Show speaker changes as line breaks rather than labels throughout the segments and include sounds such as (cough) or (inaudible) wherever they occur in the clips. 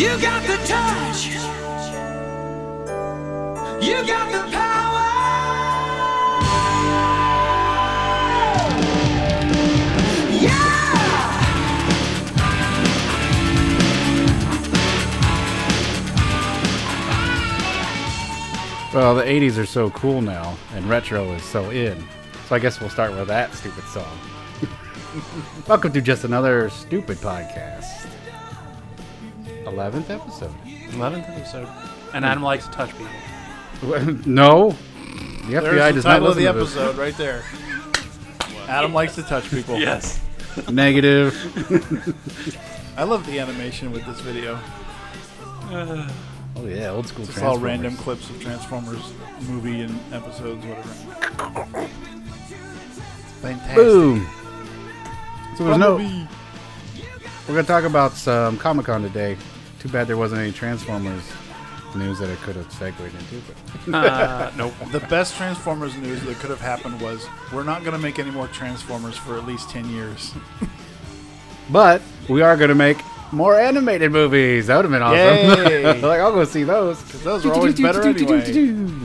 You got the touch. You got the power. Yeah.
Well, the 80s are so cool now, and retro is so in. So I guess we'll start with that stupid song. (laughs) Welcome to just another stupid podcast. 11th episode. (laughs)
11th episode. And Adam likes to touch people.
no. The FBI
There's the
does not
title of
listen
the
to this.
episode right there. Adam likes to touch people.
Yes.
(laughs)
Negative.
I love the animation with this video.
Oh, yeah, old school
It's all
Transformers.
random clips of Transformers movie and episodes, whatever. Fantastic.
Boom. So there's no.
Bumblebee.
We're going to talk about some Comic Con today. Too bad there wasn't any Transformers news that I could have segued into. But
Uh, nope.
The best Transformers news that could have happened was we're not going to make any more Transformers for at least 10 years.
But we are going to make more animated movies. That would have been awesome.
Yay.
(laughs) like, I'll go see those.
'Cause those are always better anyway.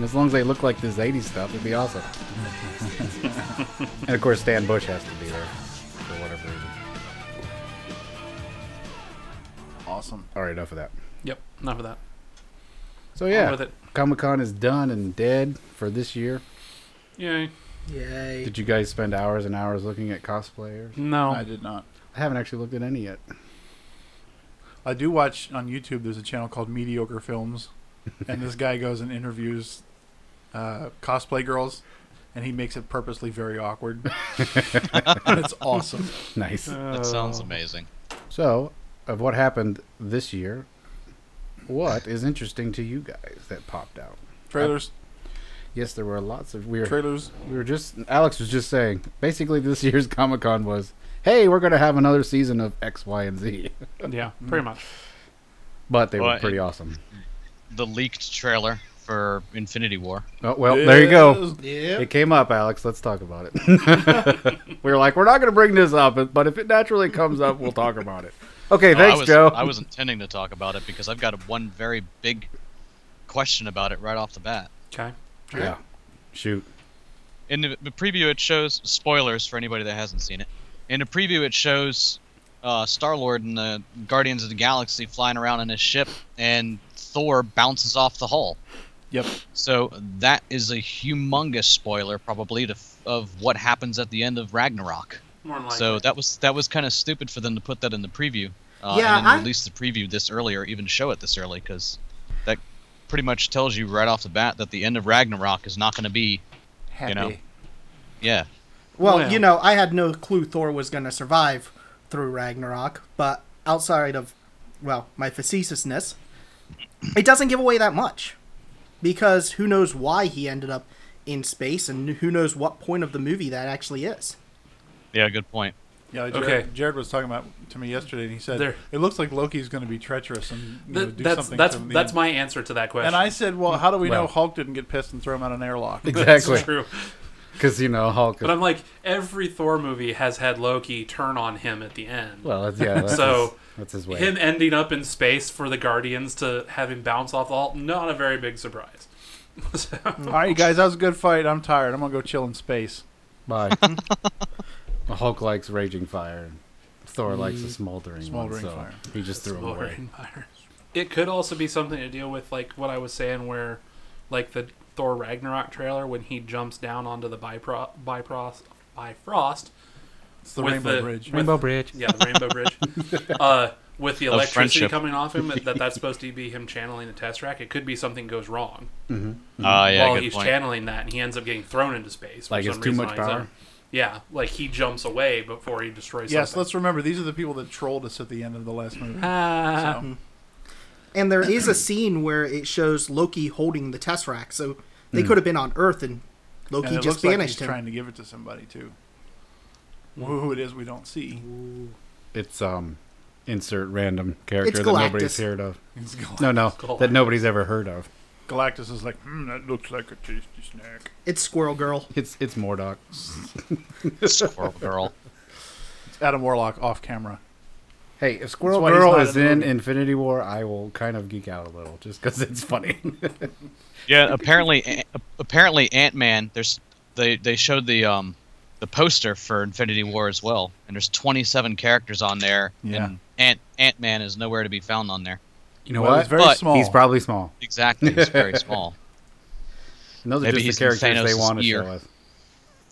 As long as they look like this 80s stuff, it'd be awesome. and of course, Stan Bush has to be there for whatever reason.
Awesome.
All right, enough of that.
Yep. Enough of that.
So, yeah,
with it.
Comic Con is done and dead for this year.
Yay.
Did you guys spend hours and hours looking at cosplayers?
No.
I did not.
I haven't actually looked at any yet. (laughs)
I do watch on YouTube. There's a channel called Mediocre Films, and this guy goes and interviews uh, cosplay girls, and he makes it purposely very awkward. (laughs) and it's awesome.
Nice.
Uh,
That sounds amazing.
So, of what happened this year, what is interesting to you guys that popped out?
Trailers,
Yes, there were lots of weird.
trailers.
we were just Alex was just saying basically this year's (laughs) Comic Con was hey we're gonna have another season of X Y and Z (laughs)
Yeah,
mm-hmm.
pretty much.
but they were
Well,
pretty awesome
The leaked trailer for Infinity War.
oh well there you go
Yeah.
it came up Alex let's talk about it (laughs) we were like we're not gonna bring this up but if it naturally comes up we'll talk about it okay
No, I
thanks
was,
Joe
I was intending to talk about it because I've got one very big question about it right off the bat.
Okay.
yeah shoot
In the, the preview, it shows spoilers for anybody that hasn't seen it. In the preview, it shows uh, Star Lord and the Guardians of the Galaxy flying around in his ship, and Thor bounces off the hull.
Yep.
So that is a humongous spoiler, probably, to, f- of what happens at the end of Ragnarok.
More than likely.
So that was that was kind of stupid for them to put that in the preview. Uh,
Yeah,
and then
I-
release the preview this early or even show it this early because that pretty much tells you right off the bat that the end of Ragnarok is not going to be,
Happy.
you know, yeah.
Well,
Well.
you know, I had no clue Thor was going to survive through Ragnarok, but outside of, well, my facetiousness, it doesn't give away that much. Because who knows why he ended up in space and who knows what point of the movie that actually is.
Yeah, good point.
Yeah, Jared,
Okay.
Jared was talking about to me yesterday, and he said
There.
it looks like Loki's going to be treacherous and you know,
Th-
do
that's
something.
that's
to the
that's
end.
my answer to that question.
And I said, well, how do we know
Well.
Hulk didn't get pissed and throw him out an airlock? (laughs)
(laughs) That's
exactly
true.
because you know Hulk is-
But I'm like, every Thor movie has had Loki turn on him at the end.
well that's, yeah that's
So,
his, that's his way
him ending up in space for the Guardians to have him bounce off the hull, not a very big surprise. (laughs) so,
All right, you guys, that was a good fight. I'm tired. I'm going to go chill in space.
bye Hulk likes raging fire. Thor likes a smoldering,
Smoldering
one, so
fire.
He just threw him away.
Lord Meyer. It could also be something to deal with, like what I was saying, where, like the Thor Ragnarok trailer, when he jumps down onto the bipro- bifrost, bifrost
It's the
with
Rainbow
the-
Bridge.
with-
Bridge.
yeah, the Rainbow Bridge, uh, with the electricity
friendship.
coming off him, that that's supposed to be him channeling the test rack. It could be something goes wrong
Ah, yeah,
while
good
he's
point.
channeling that, and he ends up getting thrown into space. For
Like,
some
it's too
reason,
much
like,
power?
yeah, like he jumps away before he destroys.
Yes,
something.
let's remember these are the people that trolled us at the end of the last movie.
Ah.
So,
And there
(clears throat)
is a scene where it shows Loki holding the Tesseract, so they could have been on Earth and
Hmm.
Loki
and it
just
looks like he's
banished him.
trying to give it to somebody too.
Mm.
Who it is we don't see.
It's um, insert random character
It's
that nobody's
Galactus.
heard of.
It's Gal-
No, no, that
Galactus.
nobody's ever heard of.
Galactus is like, hmm, that looks like a tasty snack.
It's Squirrel Girl.
It's it's Mordoc.
Squirrel Girl.
(laughs)
It's Adam Warlock off camera.
Hey, if Squirrel
why he's
Girl
not
is
in the
in
movie.
Infinity War, I will kind of geek out a little just because it's funny. (laughs)
Yeah, apparently, a- apparently Ant Man. There's they they showed the um the poster for Infinity War as well, and there's 27 characters on there,
Yeah.
and Ant Ant Man is nowhere to be found on there.
you know
Well,
what?
it's very
But-
small.
He's probably small.
Exactly, it's (laughs) very small.
And those
Maybe
are just
he's
the
in
characters they
Thanos'
want to
ear.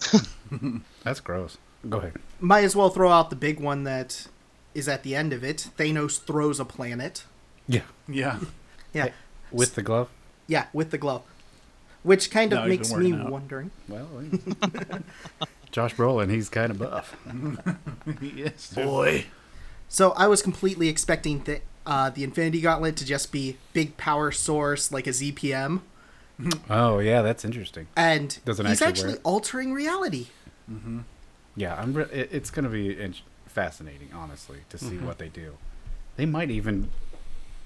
show us. That's gross. Go ahead.
Might as well throw out the big one that is at the end of it. Thanos throws a planet.
Yeah.
yeah. (laughs)
Yeah,
With the glove?
yeah, with the glove, which kind of
No, he's
makes
been
me
working out.
wondering.
Well, (laughs) Josh Brolin, he's kind of buff.
yes, boy.
So I was completely expecting the uh, the Infinity Gauntlet to just be big power source like a ZPM,
Oh, yeah, that's interesting.
and
Doesn't
he's
actually
actually
wear it.
altering reality.
Yeah, I'm re- it, it's going to be in- fascinating, honestly, to see what they do. They might even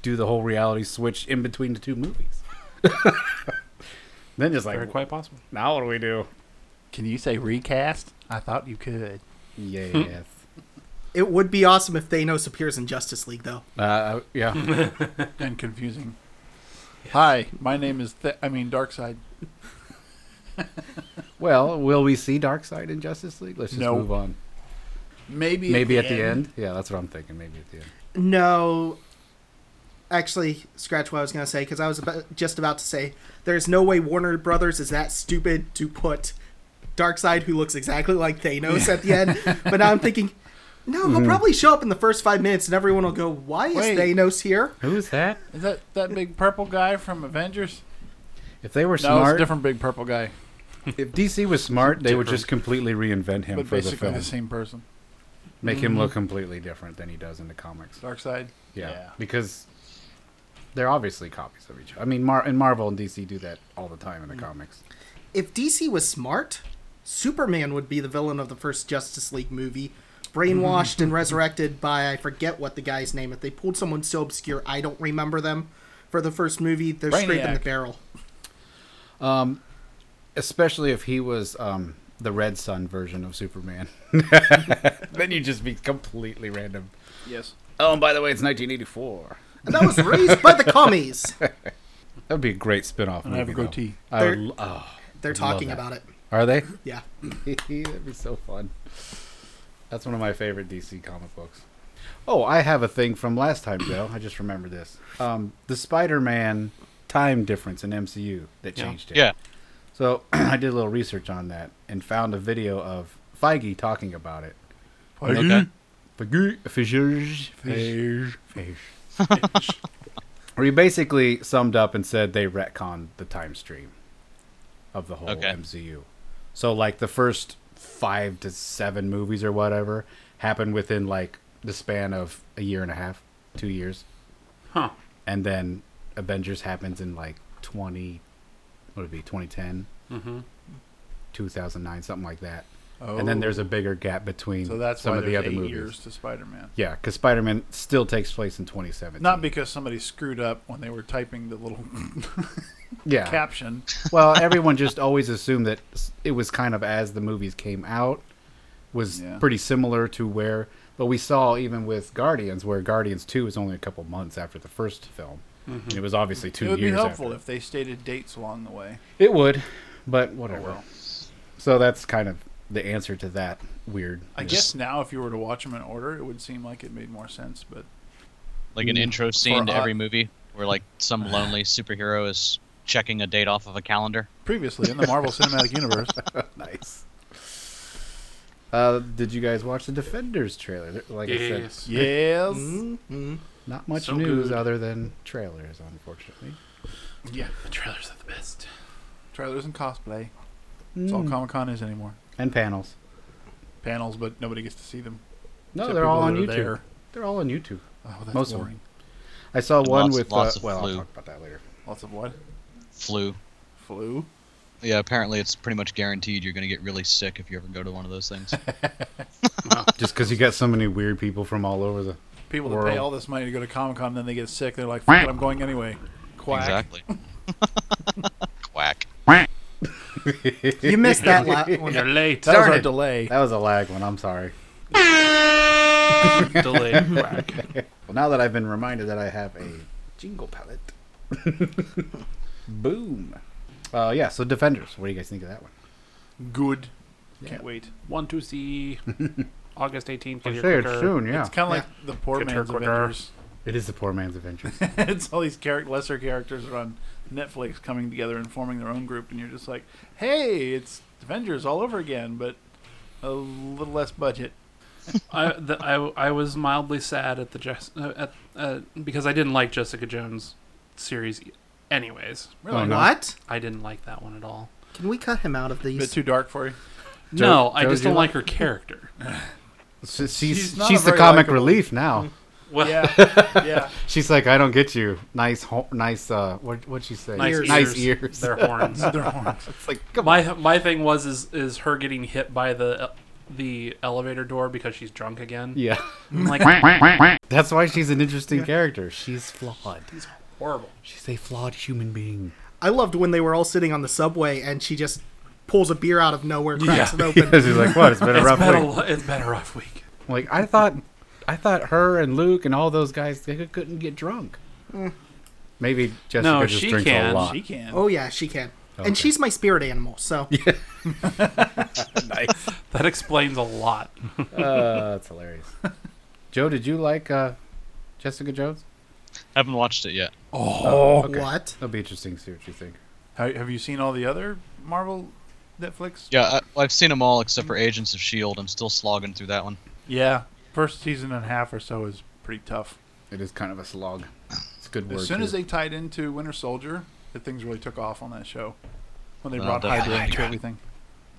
do the whole reality switch in between the two movies. (laughs) then just like,
Very quite possible.
now what do we do?
Can you say recast? I thought you could.
Yes.
It would be awesome if Thanos appears in Justice League, though.
(laughs) uh, yeah.
And confusing. Hi, my name is. Th- I mean, Darkseid.
(laughs) well, will we see Darkseid in Justice League? Let's just
No.
move on.
Maybe.
Maybe at the end. Yeah, that's what I'm thinking. Maybe at the end.
No, actually, scratch what I was going to say because I was about, just about to say there's no way Warner Brothers is that stupid to put Darkseid, who looks exactly like Thanos, at
(laughs)
the end. But now I'm thinking, no, he'll probably show up in the first five minutes, and everyone will go, "Why is
Mm-hmm. Wait.
Thanos here?"
Who's that?
Is that that big purple guy from Avengers?
If they were
No, it's a
smart,
different big purple guy,
if DC was smart, they would just completely reinvent him
but
for the
basically
film.
the same person.
Make him look completely different than he does in the comics.
Darkseid.
Yeah,
Yeah.
because they're obviously copies of each other. I mean, Mar- and Marvel and DC do that all the time in
Mm-hmm.
the comics.
If DC was smart, Superman would be the villain of the first Justice League movie. Brainwashed
Mm-hmm.
and resurrected by I forget what the guy's name. If they pulled someone so obscure I don't remember them for the first movie, they're scraping the
Brainiac.
barrel.
Especially if he was um, the Red Sun version of Superman. (laughs) then you'd just be completely random.
Yes.
Oh, and by the way, it's 1984.
And that was raised by
(laughs)
the commies.
That would be a great spin-off
And
movie.
I have a
though.
goatee.
I would l- oh,
They're
Love
talking
that. Mm.
about it.
are they?
Yeah.
(laughs) That'd be so fun. That's one of my favorite DC comic books. Oh, I have a thing from last time, Joe. I just remembered this. Um, the Spider-Man time difference in MCU that
Yeah.
changed it.
Yeah,
So (clears throat) I did a little research on that and found a video of Feige talking about it.
okay.
Feige, Feige, Feige,
Beige.
Feige. Where he basically summed up and said they retconned the time stream of the whole
Okay.
MCU. So like the first five to seven movies or whatever happened within like the span of a year and a half, two years,
Huh.
and then Avengers happens in like twenty, what would it be 2010,
Mm-hmm.
2009, something like that.
Oh.
and then there's a bigger gap between
so that's
some
why
of the
there's
other
eight
movies.
years to Spider-Man.
Yeah, because Spider-Man still takes place in 2017.
Not because somebody screwed up when they were typing the little (laughs)
yeah.
caption.
(laughs) well, everyone just always assumed that s- it was kind of as the movies came out was
Yeah.
pretty similar to where. But we saw even with Guardians, where Guardians Two is only a couple months after the first film, and it was obviously two
Mm-hmm. it would be
years.
helpful
after.
if they stated dates along the way.
It would, but whatever.
Oh, well.
So that's kind of the answer to that weird.
I guess now, if you were to watch them in order, it would seem like it made more sense. But
like an intro scene to
a-
every movie where like (sighs) some lonely superhero is checking a date off of a calendar.
previously in the
(laughs)
Marvel Cinematic Universe,
nice. Uh, did you guys watch the Defenders trailer? Like I said,
Yes.
yes,
Mm.
Mm-hmm.
Not much
So
news
good.
other than trailers, unfortunately.
yeah,
The trailers are the best.
trailers and cosplay. That's
Mm.
all Comic Con is anymore.
and panels.
Panels, but nobody gets to see them.
No,
except
they're all on
people
YouTube.
that are there.
They're all on YouTube.
Oh, that's
Most of
boring.
I saw
And
one
lots-
with
lots
uh,
of
well, I'll
flu.
talk about that later.
Lots of what?
Flu.
Flu.
Yeah, apparently it's pretty much guaranteed you're gonna get really sick if you ever go to one of those (laughs) things.
(laughs) Just because you got so many weird people from all over the
People that
World.
pay all this money to go to Comic Con, then they get sick. They're like, Fuck it, I'm going anyway. Quack.
Exactly. (laughs) Quack.
You missed that last
(laughs)
one.
You're late.
That was
Darn
our
it.
delay.
That was a lag one. I'm sorry. (laughs)
Delayed quack.
Well, now that I've been reminded that I have a jingle palette. (laughs) Boom. Uh, yeah, so Defenders. What do you guys think of that one?
Good.
Yeah.
Can't wait.
(laughs) One to
(laughs)
see August 18th. Get
I'll
your
say
quicker.
it soon, yeah.
It's kind of like the poor
Get
man's
Turk with
Avengers. (laughs)
It is the poor man's Avengers.
it's all these charac lesser characters that are on Netflix coming together and forming their own group, and you're just like, hey, it's Avengers all over again, but a little less budget.
I, the, I, I was mildly sad at the Jess, uh, at, uh, because I didn't like Jessica Jones series. Anyways,
Really?
Oh, no.
What?
I didn't like that one at all.
Can we cut him out of
A bit
these?
too dark for you.
no, I
Joe,
just
do you
don't
like-
like her
(laughs)
character.
(laughs) she's
She's
she's,
not a
the
very
comic
likable- Mm.
relief
(laughs)
now.
Well,
Yeah, yeah.
She's like, I don't get you. Nice, ho- nice. Uh, what what'd she say?
nice,
nice
ears,
ears.
their horns.
(laughs)
They're horns.
it's like, come on.
my my thing was is is her getting hit by the the elevator door because she's drunk again.
Yeah,
I'm like
(laughs) that's why she's an interesting character. She's flawed.
horrible.
She's a flawed human being.
I loved when they were all sitting on the subway and she just pulls a beer out of nowhere, cracks
(laughs)
it
(laughs)
open.
she's like, what? It's been a
It's
rough
been, a,
week.
lo- it's been a rough week.
Like I thought, I thought her and Luke and all those guys they cou- couldn't get drunk. Mm. Maybe Jessica
No,
just
she
drinks
can.
a lot.
She
(laughs)
can.
Oh yeah, she can.
Okay.
And she's my spirit animal,
(laughs)
so
nice.
That explains a lot.
Uh, that's (laughs) hilarious. Joe, did you like uh, Jessica Jones?
Haven't watched it yet.
Oh.
Okay.
what?
That'll be interesting to see what you think.
Ha- Have you seen all the other Marvel Netflix?
Yeah, I, I've seen them all except for Agents of Shield. E I'm still slogging through that one.
Yeah. First season and a half or so is pretty tough.
It is kind of a slog. It's a good word.
As soon
too.
as they tied into Winter Soldier, the things really took off on that show. When
Uh,
they
Oh,
brought
definitely.
Hydra into everything.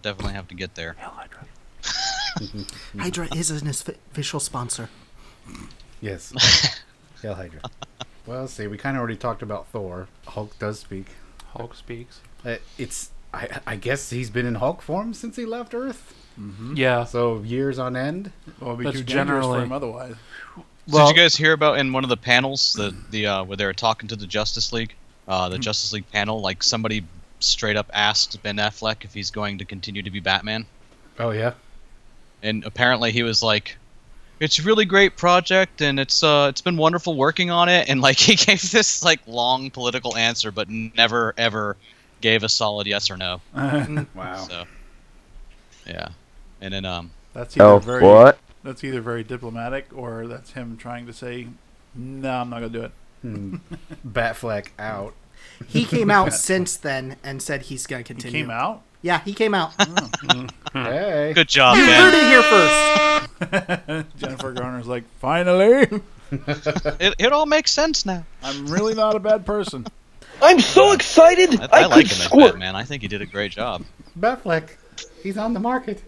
Definitely have to get there.
Mm.
Hydra is an is-
(laughs)
official sponsor.
Yes.
(laughs)
Hail Hydra. Well, let's see. We kind of already talked about Thor. Hulk does speak.
Hulk speaks.
Uh, it's. I, I guess he's been in Hulk form since he left Earth.
Yeah.
So years on end.
Well, it'd be
That's
too dangerous for
generally-
him otherwise.
Well-
Did you guys hear about in one of the panels the the uh, where they were talking to the Justice League, uh, the Justice League panel? Like somebody straight up asked Ben Affleck if he's going to continue to be Batman,
Oh yeah.
and apparently he was like, "It's a really great project, and it's uh it's been wonderful working on it." And like (laughs) he gave this like long political answer, but never ever gave a solid yes or no.
Wow.
So yeah, and then um
That's either
Oh,
very
what?
that's either very diplomatic or that's him trying to say, No, I'm not gonna do it.
Hmm. Batfleck out.
He came out since then and said he's gonna
He
continue.
came out?
Yeah, he came
(laughs)
out.
Hey.
good job,
you heard
Ben.
it here first.
Jennifer Garner's like, Finally
It, it all makes sense now.
I'm really not a bad person.
I'm so excited! I,
I, I
could
like him as
squirt!
Batman. I think he did a great job.
Batfleck. He's on the market.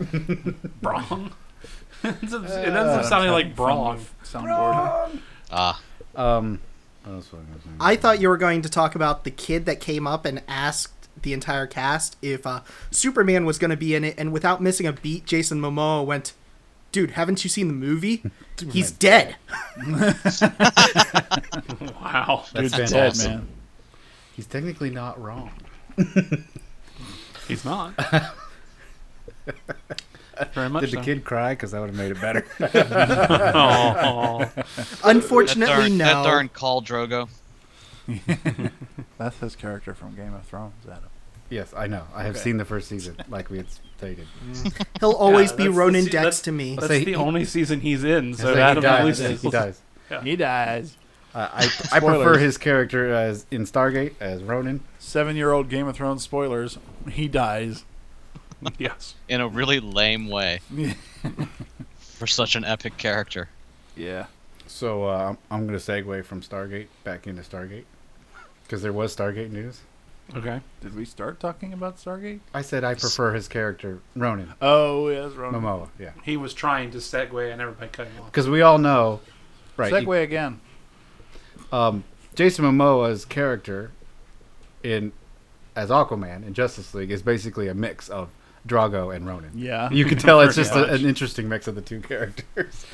Brong. it ends up, it ends
Uh,
up sounding like Brong.
Soundboard.
Ah,
Um. what else was I gonna say?
I thought you were going to talk about the kid that came up and asked the entire cast if uh, Superman was gonna be in it, and without missing a beat, Jason Momoa went, "Dude, haven't you seen
(laughs)
the movie? he's dead."
Wow.
Dude's
That's
dead,
awesome.
man.
He's technically not wrong. (laughs)
He's not. Very much.
Did the
so.
kid cry? Because that would have made it better.
Oh,
that
Unfortunately,
darn,
no.
that darn Khal Drogo.
That's his character from Game of Thrones, Adam.
(laughs) yes, I know. I have
Okay.
seen the first season, like we had (laughs) stated.
He'll always be
that's the
Ronan
se-
Dex
that's-
to me.
that's
say
the
he-
only season he's in. So
It's like
Adam at
he
least
dies. He (laughs) dies.
He dies.
Uh, I, I prefer his character as in Stargate as Ronan.
Seven year old Game of Thrones spoilers. He dies.
(laughs)
(laughs)
Yes.
in a really lame way for such an epic character.
yeah.
So uh, I'm going to segue from Stargate back into Stargate because there was Stargate news.
Okay.
Did we start talking about Stargate?
I said I prefer his character Ronan
Oh, yeah, that's wrong.
Momoa. Yeah,
He was trying to segue, and everybody cut him off.
because we all know, right? you-
Segway again.
um, Jason Momoa's character in as Aquaman in Justice League is basically a mix of Drago and Ronan.
Yeah.
You can tell
(laughs)
it's just a,
Pretty
an interesting mix of the two (laughs) characters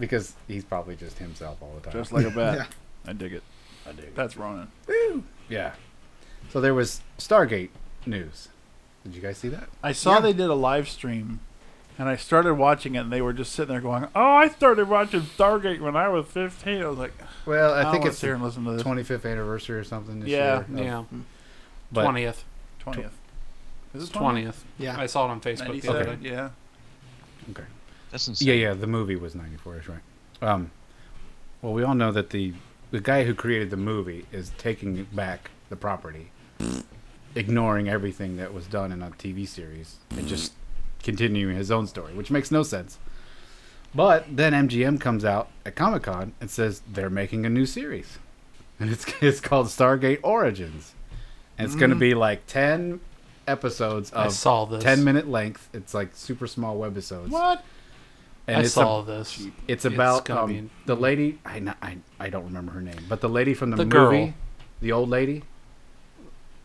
because he's probably just himself all the time.
Just like a
(laughs)
bat.
Yeah.
I dig it.
I do.
That's Ronan.
Yeah. So there was Stargate news. Did you guys see that?
I saw they did a live stream And I started watching it, and they were just sitting there going, "Oh, I started watching Stargate when I was 15. I was like,
Well, I
"I
think it's
here
their
and listen to this."
25th anniversary or something this
Yeah.
year.
Yeah,
Oh. But-
twentieth,
20th. Is it 20th?
twentieth.
Yeah.
I saw it on Facebook the other
97?
day.
Yeah.
That's insane.
Yeah, yeah. The movie was '94, is right. Um, well, we all know that the the guy who created the movie is taking back the property, ignoring everything that was done in a TV series and just continuing his own story, which makes no sense. But then MGM comes out at Comic Con and says they're making a new series, (laughs) and it's it's called Stargate Origins, and it's going to be like ten episodes
Mm. I
of
saw this.
Um, ten minute length. It's like super small webisodes.
What?
And
I
it's a-
saw this.
it's
It's
about
gonna
um,
be-
the lady. I, n- I I don't remember her name, but the lady from the,
The girl.
movie, the old lady.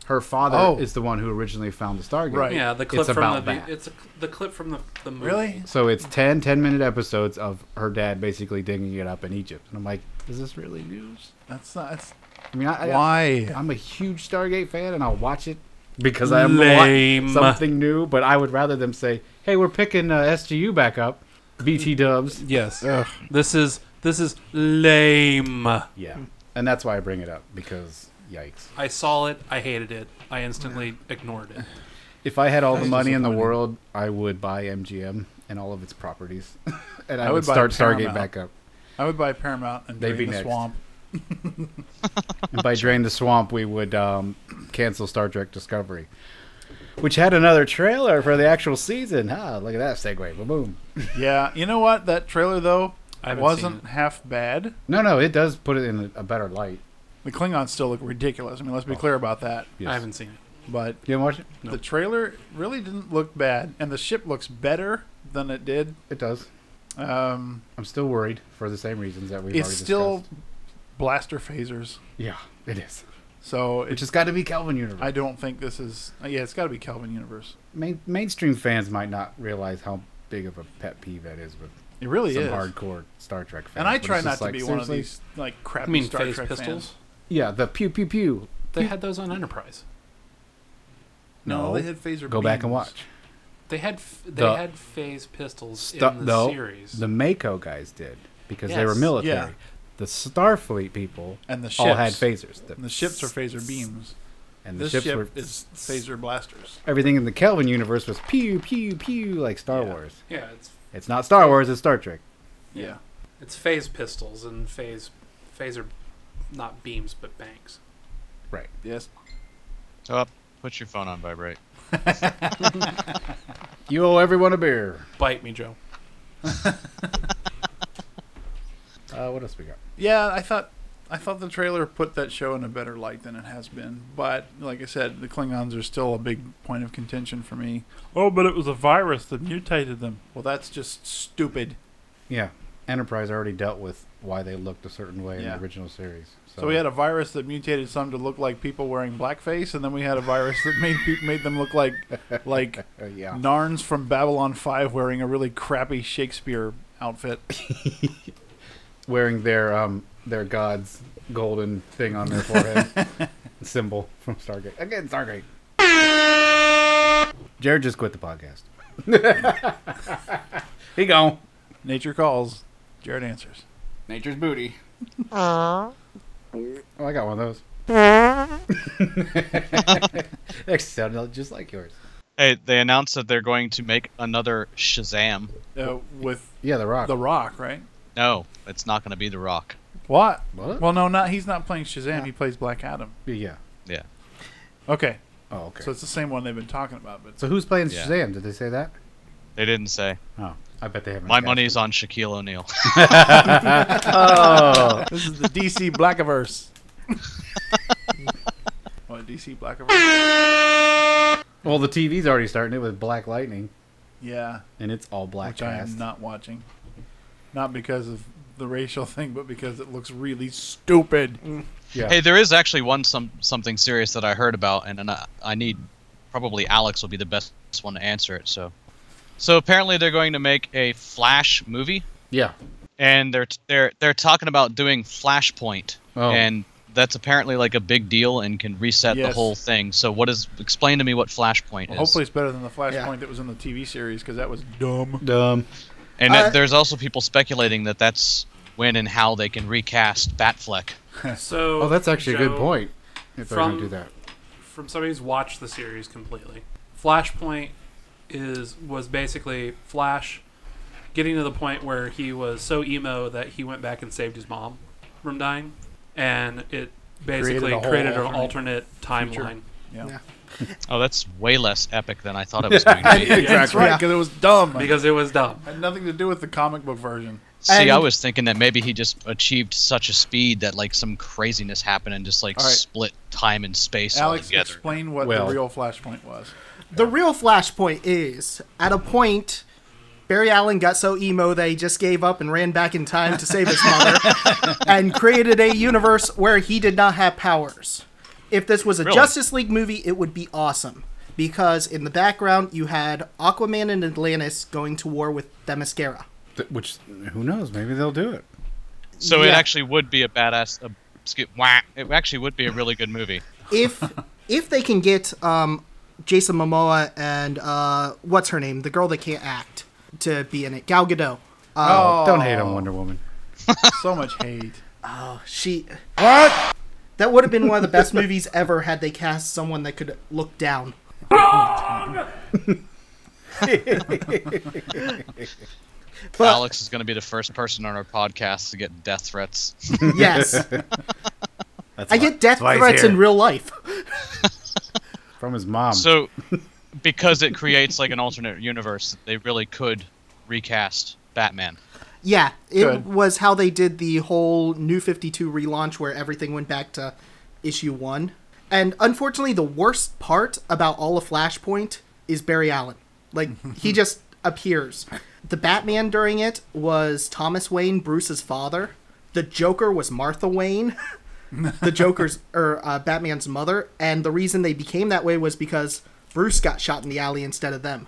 Her father
Oh.
is the one who originally found the Stargate.
Right.
Yeah, the clip
It's
from
about
the
that.
it's a, the clip from the the movie.
Really?
So it's 10 10 minute episodes of her dad basically digging it up in Egypt, and I'm like, is this really news?
That's not. That's,
I mean, I, I,
why?
I'm a huge Stargate fan, and I'll watch it because I'm
Lame.
something new. But I would rather them say, hey, we're picking uh, SGU back up, BT Dubs.
Yes. This is this is lame.
Yeah,
Hmm.
and that's why I bring it up because yikes.
I saw it. I hated it. I instantly ignored it.
If I had all the money in the world, I would buy MGM and all of its properties, (laughs) and I,
I
would,
would buy
start Stargate
Paramount. (laughs)
back up.
I would buy Paramount and
They'd
Drain
be
the
next.
Swamp.
And by drain the swamp, we would um, cancel Star Trek Discovery, which had another trailer for the actual season. Ah, look at that segue! Boom, boom.
Yeah. You know what? That trailer though
I haven't
wasn't
seen
half bad.
No, no, it does put it in a, a better light.
The Klingons still look ridiculous. I mean,
Oh.
let's be clear about that.
(laughs) Yes.
I haven't seen it.
But
You didn't watch it?
No.
the trailer really didn't look bad, and the ship looks better than it did.
It does.
Um,
I'm still worried for the same reasons that we've
it's
already
still
discussed.
blaster phasers,
Yeah, it is.
so it
Which has got to be Calvin Universe.
I don't think this is. uh, Yeah, it's got to be Kelvin Universe.
Main, mainstream fans might not realize how big of a pet peeve that is with
It really
some
is.
hardcore Star Trek fans.
and I
but
try
it's
not
just
to
like,
be one of
seriously?
these like crappy
I mean,
Star
phase
Trek
pistols.
fans.
Yeah, the pew pew pew.
They had those on Enterprise.
No,
No.
they had phaser.
Go back and
beams.
watch.
They had f- they
The-
had phase pistols
Stu-
in the
no,
series.
the Mako guys did because they were
Yes,
military.
yeah.
The Starfleet people
And the ships.
all had phasers.
and the ships are phaser beams.
and the
This
ships
ship
were
is phaser blasters.
Everything in the Kelvin universe was pew pew pew like Star
Yeah.
Wars.
yeah, it's
It's not Star Wars. It's Star Trek.
Yeah.
it's phase pistols and phase phaser, not beams but banks.
Yes.
Up, put your phone on vibrate.
You owe everyone a beer.
Bite me, Joe.
Uh, what else we got?
Yeah, I thought. I thought the trailer put that show in a better light than it has been, but like I said, the Klingons are still a big point of contention for me. Oh, but it was a virus that mutated them. Well, that's just stupid.
Yeah, Enterprise already dealt with why they looked a certain way in
Yeah.
the original series. So,
So we had a virus that mutated some to look like people wearing blackface, and then we had a virus that made peop made them look like like
uh, (laughs) yeah.
Narns from Babylon Five wearing a really crappy Shakespeare outfit.
wearing their um their god's golden thing on their forehead
(laughs)
symbol from Stargate. Again, Stargate. Jared just quit the podcast. (laughs) he gone.
Nature calls, Jared answers.
Nature's booty. oh, I got one of
(laughs)
those. (laughs) Actually, sounded just like yours.
Hey, they announced that they're going to make another Shazam.
Uh, with
Yeah, the Rock.
The Rock, right?
No, it's not going to be The Rock.
What?
What?
Well, no, not he's not playing Shazam. He plays Black Adam.
yeah.
Yeah.
Okay,
Oh, okay.
so
So,
it's the same one they've been talking about, but
who's playing
Yeah.
Shazam? Did they say that?
They didn't say.
Oh, I bet they haven't.
My
cast
money's on Shaquille O'Neal.
this is the DC Blackiverse. what DC Blackiverse?
it. Well, the TV's already starting it with Black Lightning,
Yeah.
and it's all black
which I
cast.
am not watching. Not because of the racial (laughs) thing, but because it looks really stupid.
Yeah.
Hey, there is actually one some something serious that I heard about, and, and I, I need probably Alex will be the best one to answer it. So, so apparently they're going to make a Flash movie,
yeah.
and they're they're they're talking about doing Flashpoint
Oh.
and that's apparently like a big deal and can reset the
Yes.
whole thing. So what is explain to me what Flashpoint
Well,
is?
hopefully, it's better than the Flashpoint
Yeah.
that was in the TV series because that was
(laughs)
dumb. (laughs)
Dumb.
and
I-
that- there's also people speculating that that's when and how they can recast Batfleck.
So
Oh, that's actually a good
Joe,
point. If they're
from-
gonna do that,
From somebody who's watched the series completely, Flashpoint is was basically Flash getting to the point where he was so emo that he went back and saved his mom from dying, and it basically
a whole
created an alternate
alternate
timeline.
Yeah,
Yeah.
Oh, that's way less epic than I thought it was going to be.
that's right. Because it was dumb.
Because it was dumb.
had nothing to do with the comic book version.
See, I
(laughs) And-
was thinking that maybe he just achieved such a speed that like some craziness happened and just like
All right.
split time and space
Alex,
altogether.
explain what
Well-
the real Flashpoint was.
The real flashpoint is at a point Barry Allen got so emo that he just gave up and ran back in time to save his mother and created a universe where he did not have powers. If this was a
Really?
Justice League movie, it would be awesome because in the background you had Aquaman and Atlantis going to war with Themyscira.
Th- which who knows? Maybe they'll do it.
so it
yeah.
actually would be a badass. A, excuse, wah, it actually would be a really good movie.
If if they can get um, Jason Momoa and uh, what's her name, the girl that can't act, to be in it, Gal Gadot.
Oh,
Don't hate on Wonder Woman.
So much hate.
She. What? That would have been one of the best movies ever had they cast someone that could look down. (laughs) But-
Alex is going to be the first person on our podcast to get death
(laughs)
threats.
Yes.
That's
I get death
why he's
threats
here.
in real life.
from his mom.
So, because it creates like an alternate universe, they really could recast Batman.
Yeah, it
Good.
was how they did the whole New 52 relaunch where everything went back to issue 1. And unfortunately, the worst part about all of Flashpoint is Barry Allen. Like, he just appears. The Batman during it was Thomas Wayne, Bruce's father. The Joker was Martha Wayne, the Joker's, or uh, Batman's mother. And the reason they became that way was because Bruce got shot in the alley instead of them.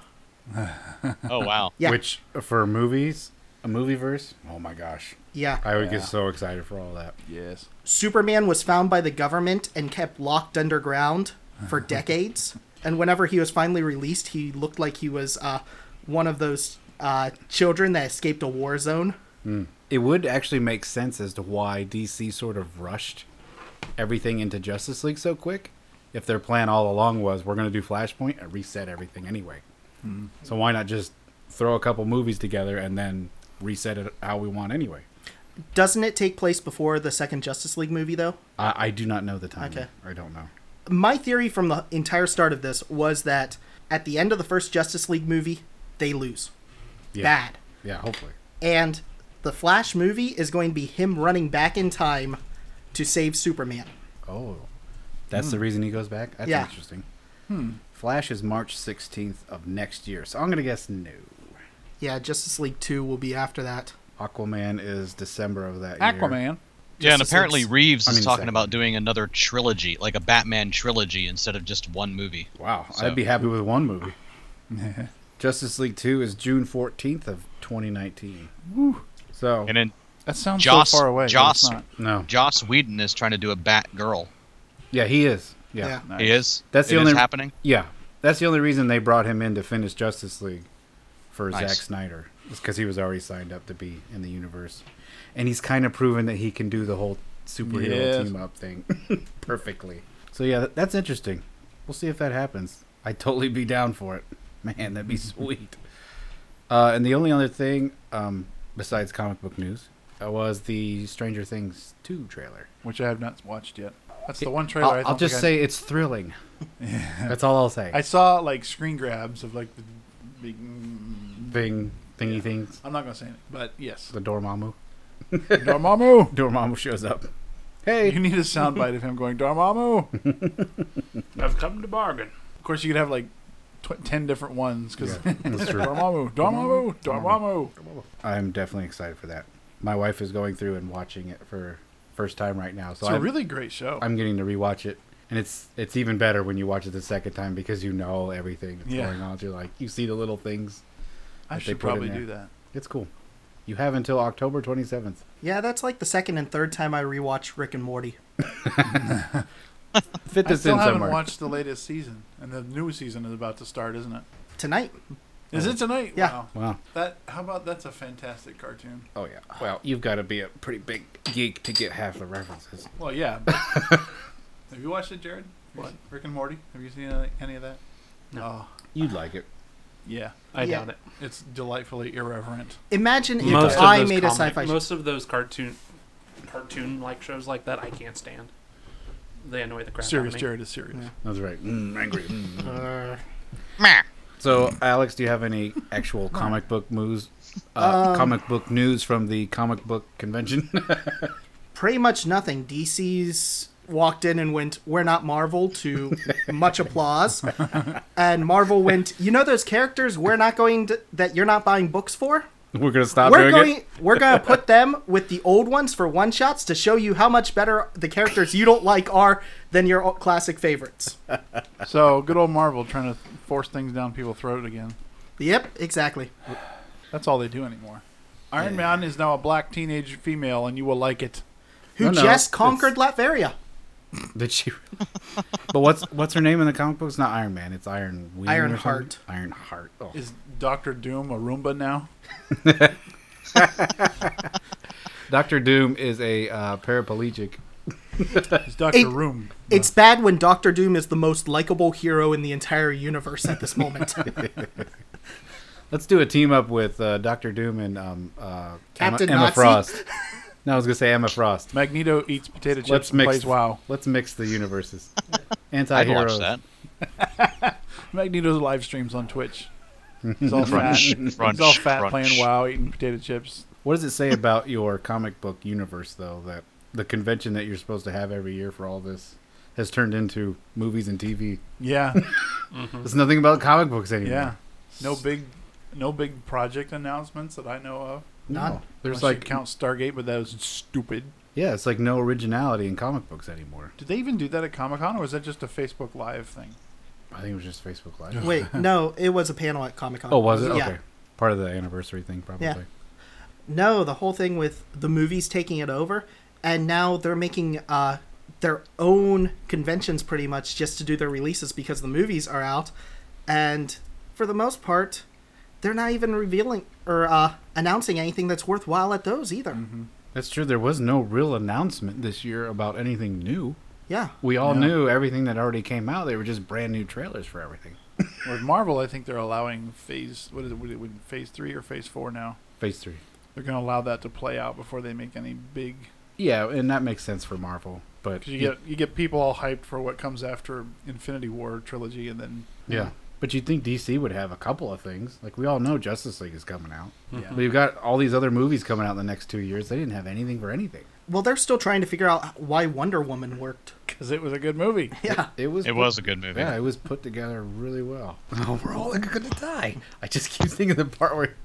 Oh wow!
Yeah.
Which for movies, a movie verse. Oh my gosh,
Yeah.
I would get so excited for all that.
Yes.
Superman was found by the government and kept locked underground for decades. And whenever he was finally released, he looked like he was uh, one of those uh, children that escaped a war zone.
It would actually make sense as to why DC sort of rushed everything into Justice League so quick. If their plan all along was we're going to do Flashpoint and reset everything anyway, so why not just throw a couple movies together and then reset it how we want anyway?
Doesn't it take place before the second Justice League movie, though?
I, I do not know the time.
Okay.
I don't know.
My theory from the entire start of this was that at the end of the first Justice League movie, they lose.
Yeah.
Bad.
Yeah, hopefully.
And the Flash movie is going to be him running back in time to save Superman.
Oh, that's the reason he goes back. That's
Yeah.
interesting. Hmm. Flash is March sixteenth of next year, so I'm gonna guess no.
Yeah, Justice League 2 will be after that.
Aquaman is December of that year.
Aquaman.
yeah, and
Justice
apparently
League's-
Reeves
I
is
mean,
talking
second.
about doing another trilogy, like a Batman trilogy, instead of just one movie.
Wow,
So-
I'd be happy with one movie. (laughs) Justice League Two is June fourteenth of 2019. So
And then
That sounds
Joss-
so far away. but
Joss-
it's not.
no,
Joss Whedon is trying to do a Batgirl.
yeah, he is. Yeah,
Yeah.
He is.
That's the
It is
only-
happening.
yeah. That's the only reason they brought him in to finish Justice League for
Nice.
Zack Snyder, is because he was already signed up to be in the universe, and he's kind of proven that he can do the whole superhero
Yes.
team up thing (laughs) perfectly. So yeah, that, that's interesting. We'll see if that happens. I'd totally be down for it. Man,
(laughs)
that'd be sweet. Uh, and the only other thing, um, besides comic book news, uh, was the Stranger Things two trailer.
Which I have not watched yet. That's the one trailer. I
I'll, I'll
don't
just
think
say it's
(laughs)
thrilling. That's all I'll say.
I, I saw like screen grabs of like the big. mm,
Thing, thingy things.
I'm not gonna say it, but yes.
(laughs) The Dormammu.
Dormammu.
Dormammu shows up.
You
Hey,
need a soundbite of him going Dormammu. Of
I've come to bargain.
course, you could have like tw- ten different ones because (laughs)
that's true.
Dormammu, Dormammu, Dormammu.
I'm definitely excited for that. My wife is going through and watching it for first time right now, so
It's a
I'm,
really great show.
I'm getting to rewatch it, and it's it's even better when you watch it the second time because you know everything that's
Yeah.
going on. You're like you see the little things.
I
that they
should
put in
probably
there.
do that.
It's cool. You have until October 27th.
Yeah, that's like the second and third time I rewatched Rick and Morty.
Fit
I
this
still
in
haven't
somewhere.
watched the latest season, and the new season is about to start, isn't it?
Tonight,
Is it tonight?
Yeah.
Wow.
Wow.
That how about that's a fantastic cartoon.
Oh yeah. Well, you've got to be a pretty big geek to get half the references.
Well, yeah. but- have you watched it, Jared? What? Rick and Morty? Have you seen any, any of that?
No.
Oh,
You'd like it.
yeah.
I
Yeah.
doubt it.
It's delightfully irreverent.
imagine if
Most of
I
those
made a
comic-
sci-fi.
Most of those cartoon, cartoon like shows like that, I can't stand. They annoy the crap
serious,
out of me.
Jared is serious.
Yeah.
That's right. Mm, angry.
Uh,
So, Alex, do you have any
(laughs)
actual comic book news? Uh,
Um,
comic book news from the comic book convention? (laughs)
pretty much nothing. DC's walked in and went, "We're not Marvel," to much applause, and Marvel went, "You know those characters we're not going to, that you're not buying books for?
We're gonna stop
we're
doing
going
it.
we're going to put them with the old ones for one shots to show you how much better the characters you don't like are than your o- classic favorites."
So good old Marvel trying to force things down people's throat again.
yep, exactly.
That's all they do anymore. Iron Man is now a black teenage female, and you will like it.
Who
No, no, it's-
just conquered Latveria?
(laughs) Did she? but what's what's her name in the comic books? Not Iron Man. It's Iron. Wing or something?
Ironheart.
Iron Heart. Oh.
Is Doctor Doom a Roomba now?
Doctor Doom is a uh, paraplegic.
Is Doctor
It-
Room?
It's bad when Doctor Doom is the most likable hero in the entire universe at this moment.
Let's do a team up with uh, Doctor Doom and um, uh,
Captain
Emma, Emma
Nazi? (laughs)
Frost. No, I was gonna say Emma Frost.
Magneto eats potato chips
Let's
and
mix.
plays WoW.
Let's mix the
(laughs)
universes.
I'd
Anti-heroes.
watch that.
Magneto's live streams on Twitch. He's all fat.
Crunch,
He's
crunch,
all fat
crunch.
playing WoW, eating potato chips.
What does it say about your comic book universe, though, that the convention that you're supposed to have every year for all this has turned into movies and TV?
Yeah,
There's nothing about comic books anymore.
Hmm. yeah. No big, no big project announcements that I know of.
No.
None.
Unless
There's
you
like
count Stargate, but that was stupid.
yeah, it's like no originality in comic books anymore.
Did they even do that at Comic Con, or was that just a Facebook Live thing?
I think it was just Facebook Live.
Wait, no, it was a panel at Comic Con.
Oh, was it?
Yeah.
Okay. Part of the anniversary thing, probably.
Yeah. No, the whole thing with the movies taking it over, and now they're making uh, their own conventions pretty much just to do their releases because the movies are out, and for the most part, they're not even revealing or uh, announcing anything that's worthwhile at those either.
That's true. There was no real announcement this year about anything new.
Yeah.
We all
No.
knew everything that already came out. They were just brand new trailers for everything.
With Marvel, I think they're allowing phase what is it? What is it phase three or phase four now?
Phase three.
They're going to allow that to play out before they make any big.
Yeah, and that makes sense for Marvel. But
Because you get you get people all hyped for what comes after Infinity War trilogy, and then
Yeah. Um, But you'd think DC would have a couple of things. Like we all know Justice League is coming out.
Yeah.
We've got all these other movies coming out in the next two years. They didn't have anything for anything.
Well, they're still trying to figure out why Wonder Woman worked.
because it was a good movie.
Yeah.
It was
It was a good movie.
Yeah, it was put together really well. Oh, we're all gonna die. I just keep thinking the part where (laughs)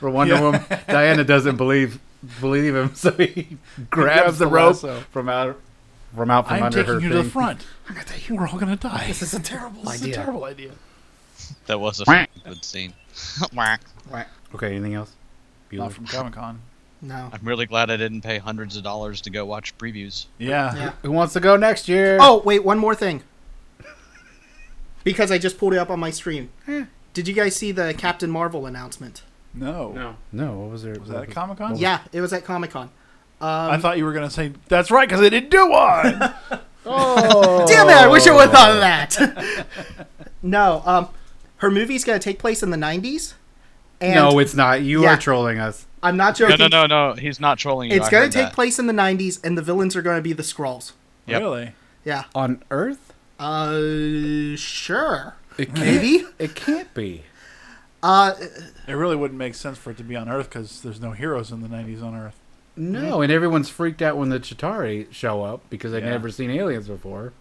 where Wonder
Yeah.
Woman Diana doesn't believe believe him, (laughs) so he grabs,
grabs
the,
the
rope
lasso.
from out from out from
I'm
under
taking
her
you to
thing.
the front. (laughs) I'm gonna take you. We're all gonna die. This (laughs) is a terrible this
idea.
Is a terrible idea.
That was a
Quack.
fucking good scene. (laughs) Whack.
Okay, anything else?
Not from Comic Con.
No.
I'm really glad I didn't pay hundreds of dollars to go watch previews.
Yeah.
Yeah.
Who wants to go next year?
Oh, wait, one
(laughs)
more thing. Because I just pulled it up on my stream. Did you guys see the Captain Marvel announcement?
No.
No.
no, what was there?
Was that at Comic Con?
Yeah, it was at Comic Con.
I thought you were gonna say that's right because they didn't do one.
Oh,
Damn it! I wish I would have
(laughs)
thought of that. (laughs) no, um, her movie's gonna take place in the '90s, and
no, it's not. You
Yeah.
are trolling us.
I'm not
No,
joking.
no, no, no. He's not trolling you.
It's
I
gonna
heard
take
that.
place in the '90s, and the villains are gonna be the Skrulls.
Yep.
Really?
Yeah.
On Earth?
Uh, sure.
(laughs)
Maybe.
(laughs) It can't be.
Uh,
It really wouldn't make sense for it to be on Earth because there's no heroes in the '90s on Earth.
No, and everyone's freaked out when the Chitari show up because they've
Yeah.
never seen aliens before.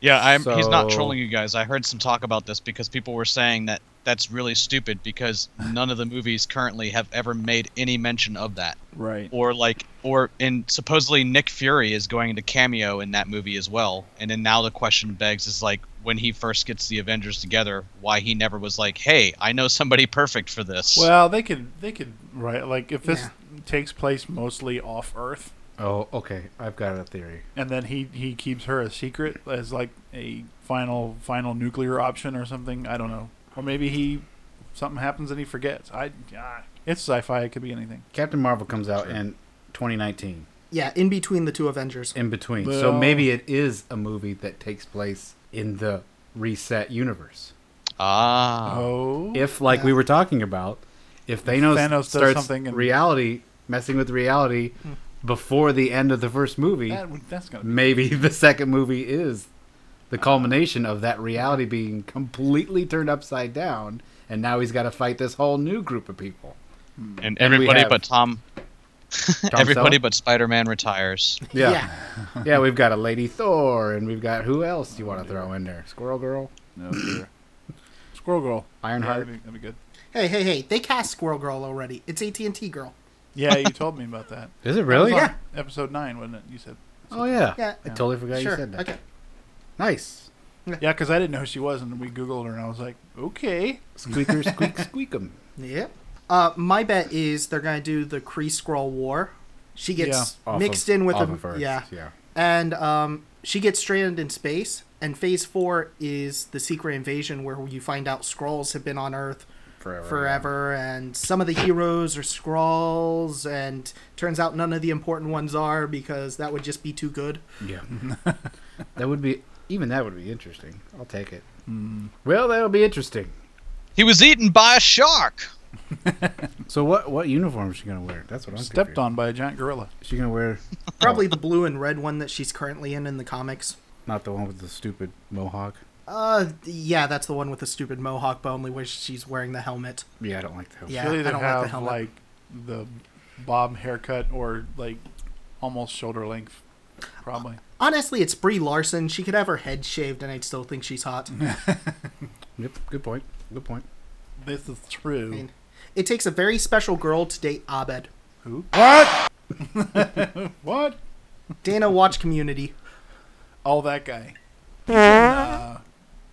Yeah, I'm, he's not
So-
trolling you guys. I heard some talk about this because people were saying that that's really stupid because none of the movies currently have ever made any mention of that.
Right.
Or like, or in supposedly Nick Fury is going to cameo in that movie as well. And then now the question begs is like, when he first gets the Avengers together, why he never was like, "Hey, I know somebody perfect for this."
Well, they could they could right like if this takes place mostly off Earth,
Oh, okay. I've got a theory.
and then he he keeps her a secret as like a final final nuclear option or something. I don't know, or maybe he something happens and he forgets. I ah, it's sci-fi. It could be anything.
Captain Marvel comes out in 2019,
Yeah, in between the two Avengers.
in between. so
Well-
maybe it is a movie that takes place in the reset universe. um,
ah,
Oh,
If, like we were talking about, if Thanos,
Thanos does
starts
something and-
reality, messing with reality before the end of the first movie,
that, would- that's gonna be
maybe (laughs) the second movie is the culmination of that reality being completely turned upside down, and now he's got to fight this whole new group of people.
and
and we
everybody
have-
but Tom,
Tom
(laughs) everybody
Selleck?
but Spider-Man retires.
yeah. (laughs) Yeah, we've got a Lady Thor, and we've got who else you want to throw in there? Squirrel Girl,
no. sure. Squirrel Girl, Yeah,
Ironheart.
that'd, be, that'd be good.
Hey, hey, hey! They cast Squirrel Girl already. It's AT and T Girl.
Yeah, you told me about that.
Is it really?
It was
Yeah.
on Episode nine, wasn't it? You said.
Oh yeah.
Yeah.
I totally forgot
sure.
you said that.
Okay.
Nice.
Yeah, because I didn't know who she was, and we Googled her, and I was like, okay.
Squeaker, squeak, squeakum.
Yep. Uh, my bet is they're gonna do the Kree Skrull War. She gets
Off
(laughs) mixed
of-
in with
off
the
of Earth,
yeah,
yeah.
and um, she gets stranded in space. And Phase Four is the secret invasion where you find out Skrulls have been on Earth
Forever.
forever, and some of the heroes are Skrulls, and turns out none of the important ones are because that would just be too good. (laughs)
Yeah. that would be even that would be interesting. I'll take it.
Hmm.
Well, that'll be interesting.
He was eaten by a shark.
So what what uniform is she gonna wear? That's what I'm
Stepped
confused.
on by a giant gorilla.
Is she gonna (laughs) wear
Probably the blue and red one that she's currently in in the comics.
Oh, not the one with the stupid mohawk?
Uh, yeah, that's the one with the stupid mohawk, but only wish she's wearing the helmet.
Yeah, I don't like that. one.
Yeah,
She'll
I
either
don't like the
have
helmet.
like the bob haircut or like almost shoulder length, probably.
Honestly, it's Brie Larson. She could have her head shaved, and I'd still think she's hot.
Yep. Good point. Good point.
This is true.
mean- it takes a very special girl to date Abed.
Who? What? what?
Dana, watch Community.
All that
(laughs)
guy. Uh,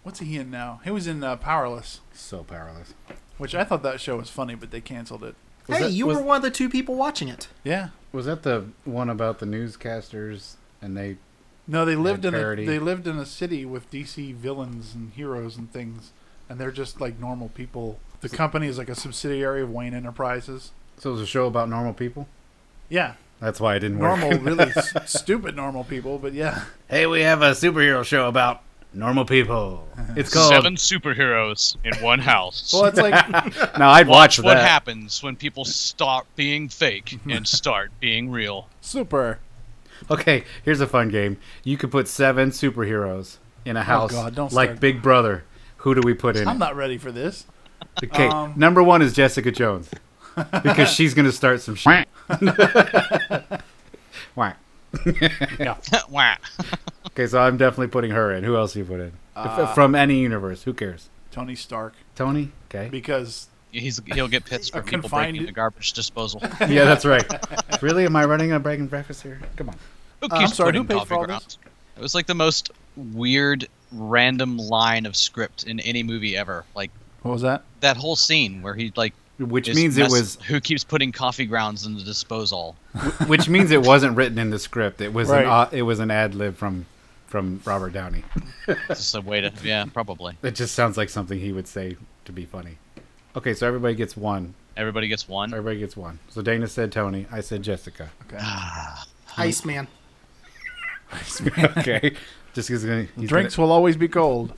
what's he in now? He was in uh, Powerless,
So powerless.
which I thought that show was funny, but they canceled it.
Was
hey,
that-
you
was-
were one of the two people watching it.
Yeah.
Was that the one about the newscasters and they?
No, they lived in a,
parody.
they lived in a city with DC villains and heroes and things, and they're just like normal people. The company is like a subsidiary of Wayne Enterprises.
So it was a show about normal people. (laughs)
Yeah,
That's why it didn't
normal,
work.
really s- stupid normal people, but yeah.
(laughs) hey, we have a superhero show about normal
(laughs)
people. It's called.
Seven superheroes in one house.
Well, it's like
(laughs) Now I'd watch,
what
that.
happens when people stop
(laughs)
being fake and start being real. (laughs)
super.
Okay, here's a fun game. You could put seven superheroes in a house,
Oh, God, don't
like
start.
Big Brother. Who do we put in?
I'm
it?
not ready for this.
okay, number one is Jessica Jones because she's gonna start some shit. Whack.
Wah.
Okay, so I'm definitely putting her in. Who else you put in? If- From any universe, who cares?
Tony Stark,
Tony. Okay.
because
He's, he'll get pissed for
A
people
confined-
breaking the
(laughs)
garbage disposal.
(laughs) Yeah, that's right. really, am I running a breaking breakfast here? Come on.
Who keeps
I'm sorry, who
putting
paid for
coffee
all
grounds? It was like the most weird, random line of script in any movie ever. Like
what was that?
that whole scene where he like
Which
just
means it
mess-
was.
who keeps putting coffee grounds in the disposal.
Which means it wasn't written in the script. It was
Right.
an. Uh, it was an ad lib from, from Robert Downey.
It's just a way to yeah, probably
It just sounds like something he would say to be funny. Okay, so everybody gets one.
everybody gets
(laughs)
one.
Everybody gets one. So Dana said Tony. I said Jessica.
Okay.
Ah,
Iceman.
(laughs) okay. Just because he's gonna he's
Drinks
Gonna,
will always be cold.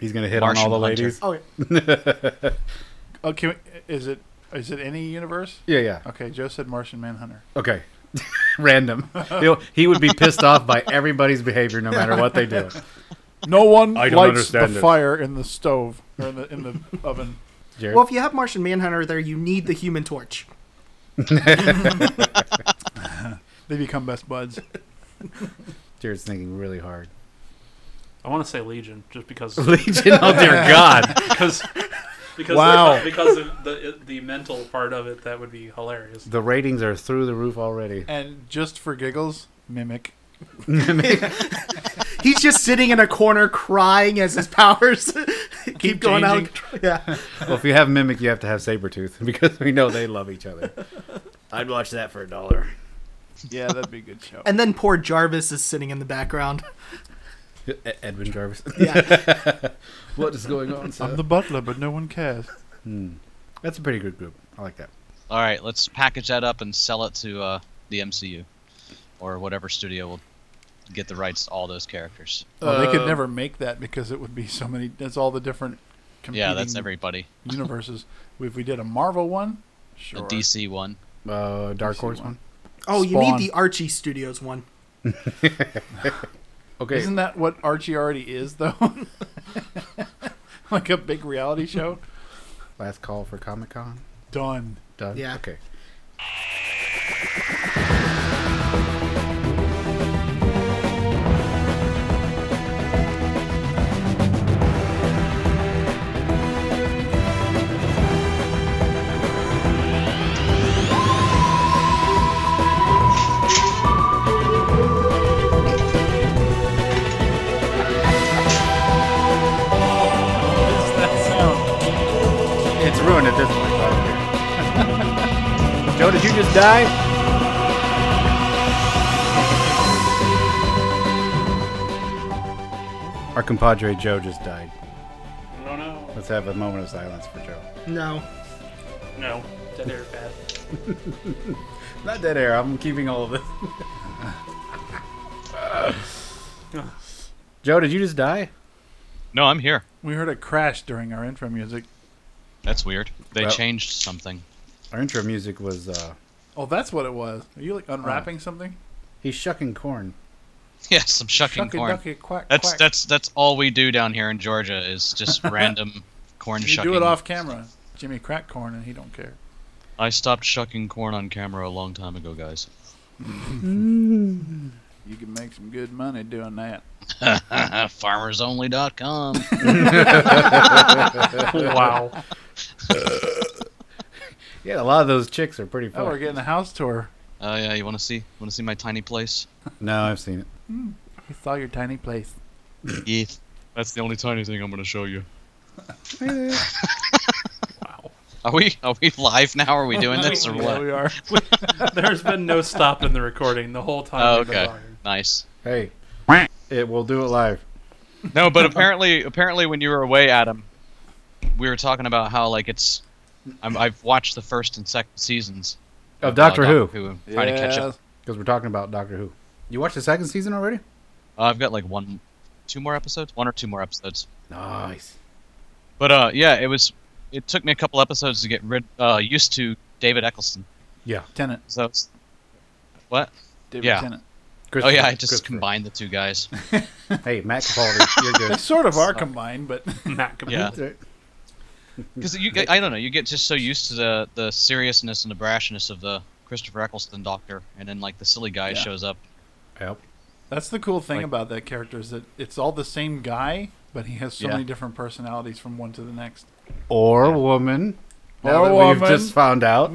he's gonna hit
Martian
on all the
Hunter.
ladies.
Oh, yeah.
Okay, Oh, is it is it any universe?
Yeah, yeah.
Okay, Joe said Martian Manhunter.
Okay. (laughs) Random. He'll, he would be pissed off by everybody's behavior, no matter what they (laughs) do.
No one
I don't
lights the
understand this.
fire in the stove or in the in the (laughs) oven.
Jared,
Well, if you have Martian Manhunter there, you need the Human Torch.
They become best buds.
Jared's thinking really hard.
I want to say Legion, just
(laughs)
because
(laughs) Legion, oh (laughs) dear God!
(laughs) because because
Wow.
because of the the mental part of it that would be (laughs) hilarious.
The ratings are through the roof already.
And just for giggles, mimic.
He's just sitting in a corner crying as his powers (laughs) keep, going out. of
changing.
control. Yeah.
well, if you have Mimic, you have to have Sabretooth (laughs) because we know they love each (laughs) other. I'd watch that for a dollar.
Yeah, that'd be a good show.
And then poor Jarvis is sitting in the background.
E, Edwin Jarvis.
Yeah.
(laughs) what is going on, sir?
I'm the butler, but no one cares.
Um, That's a pretty good group. I like that.
All right, let's package that up and sell it to uh, the MCU or whatever studio will get the rights to all those characters.
Well, Oh, they could
Uh,
never make that because it would be so many. That's all the different competing
Yeah, that's everybody.
universes. if we did a Marvel one, sure.
The DC one.
Uh, Dark
see
Horse
one.
one.
Oh, you need
Spawn.
the Archie Studios one.
Okay.
Isn't that what Archie already is, though? (laughs) like a big reality show?
Last call for Comic Con.
Done.
Done.
Yeah.
Okay.
What's that sound?
It's ruined at this point. probably. (laughs) Joe, did you just die? Our compadre Joe just died.
I don't know.
Let's have a moment of silence for Joe.
No.
No, dead air bad.
Not dead air. I'm keeping all of this. (laughs) Joe, did you just die?
No, I'm here.
We heard a crash during our intro music.
That's weird. They
Well-
changed something. (laughs)
Our intro music was uh,
Oh, that's what it was. Are you
Uh,
like unwrapping something?
he's shucking corn.
Yeah, some shucking
Shucky
corn.
ducky quack
That's
quack.
that's that's all we do down here in Georgia
(laughs)
is just random corn
You
shucking.
do it off camera. Jimmy crack corn and he don't care.
I stopped shucking corn on camera a long time ago, guys. (laughs)
You can make some good money doing that. (laughs)
Farmersonly.com.
wow.
Yeah, a lot of those chicks are pretty
Oh, we're
funny.
getting a house tour.
Oh yeah, you want to see? Want to see my tiny place?
no, I've seen it.
We saw your tiny place.
Yes. That's the only tiny thing I'm going to show you. wow. (laughs) Are we are we live now? Are we doing
(laughs)
this or
Yeah,
what?
we
(laughs)
are.
There's been no stop in the recording the whole time.
Oh,
we've been
okay.
talking.
Nice.
Hey, it will do it live.
No, (laughs) but apparently apparently when you were away, Adam, we were talking about how like it's I'm, I've watched the first and second seasons
Of Doctor Who.
uh, Who. I'm trying to catch
Yeah.
up.
Because we're talking about Doctor Who. You watched the second season already?
Uh, I've got like one, two more episodes, one or two more episodes.
Nice.
But uh, yeah, it was. It took me a couple episodes to get rid, uh, used to David Eccleston.
Tenant.
So, it's- what?
David
Yeah.
Tennant.
Oh yeah, I
Christopher.
just combined the two
(laughs)
guys.
Hey, Matt Capaldi, you're
They
good.
sort
(laughs)
of are combined, but (laughs)
Not complete.
Yeah,
(laughs) That's
because you, get- I don't know, you get just so used to the the seriousness and the brashness of the Christopher Eccleston Doctor, and then like the silly guy
Yeah.
shows up.
right. Yep.
that's the cool thing
Like-
about that character is that it's all the same guy, but he has so
Yeah.
many different personalities from one to the next.
Or woman. Now
Or
that we've
woman.
just found out.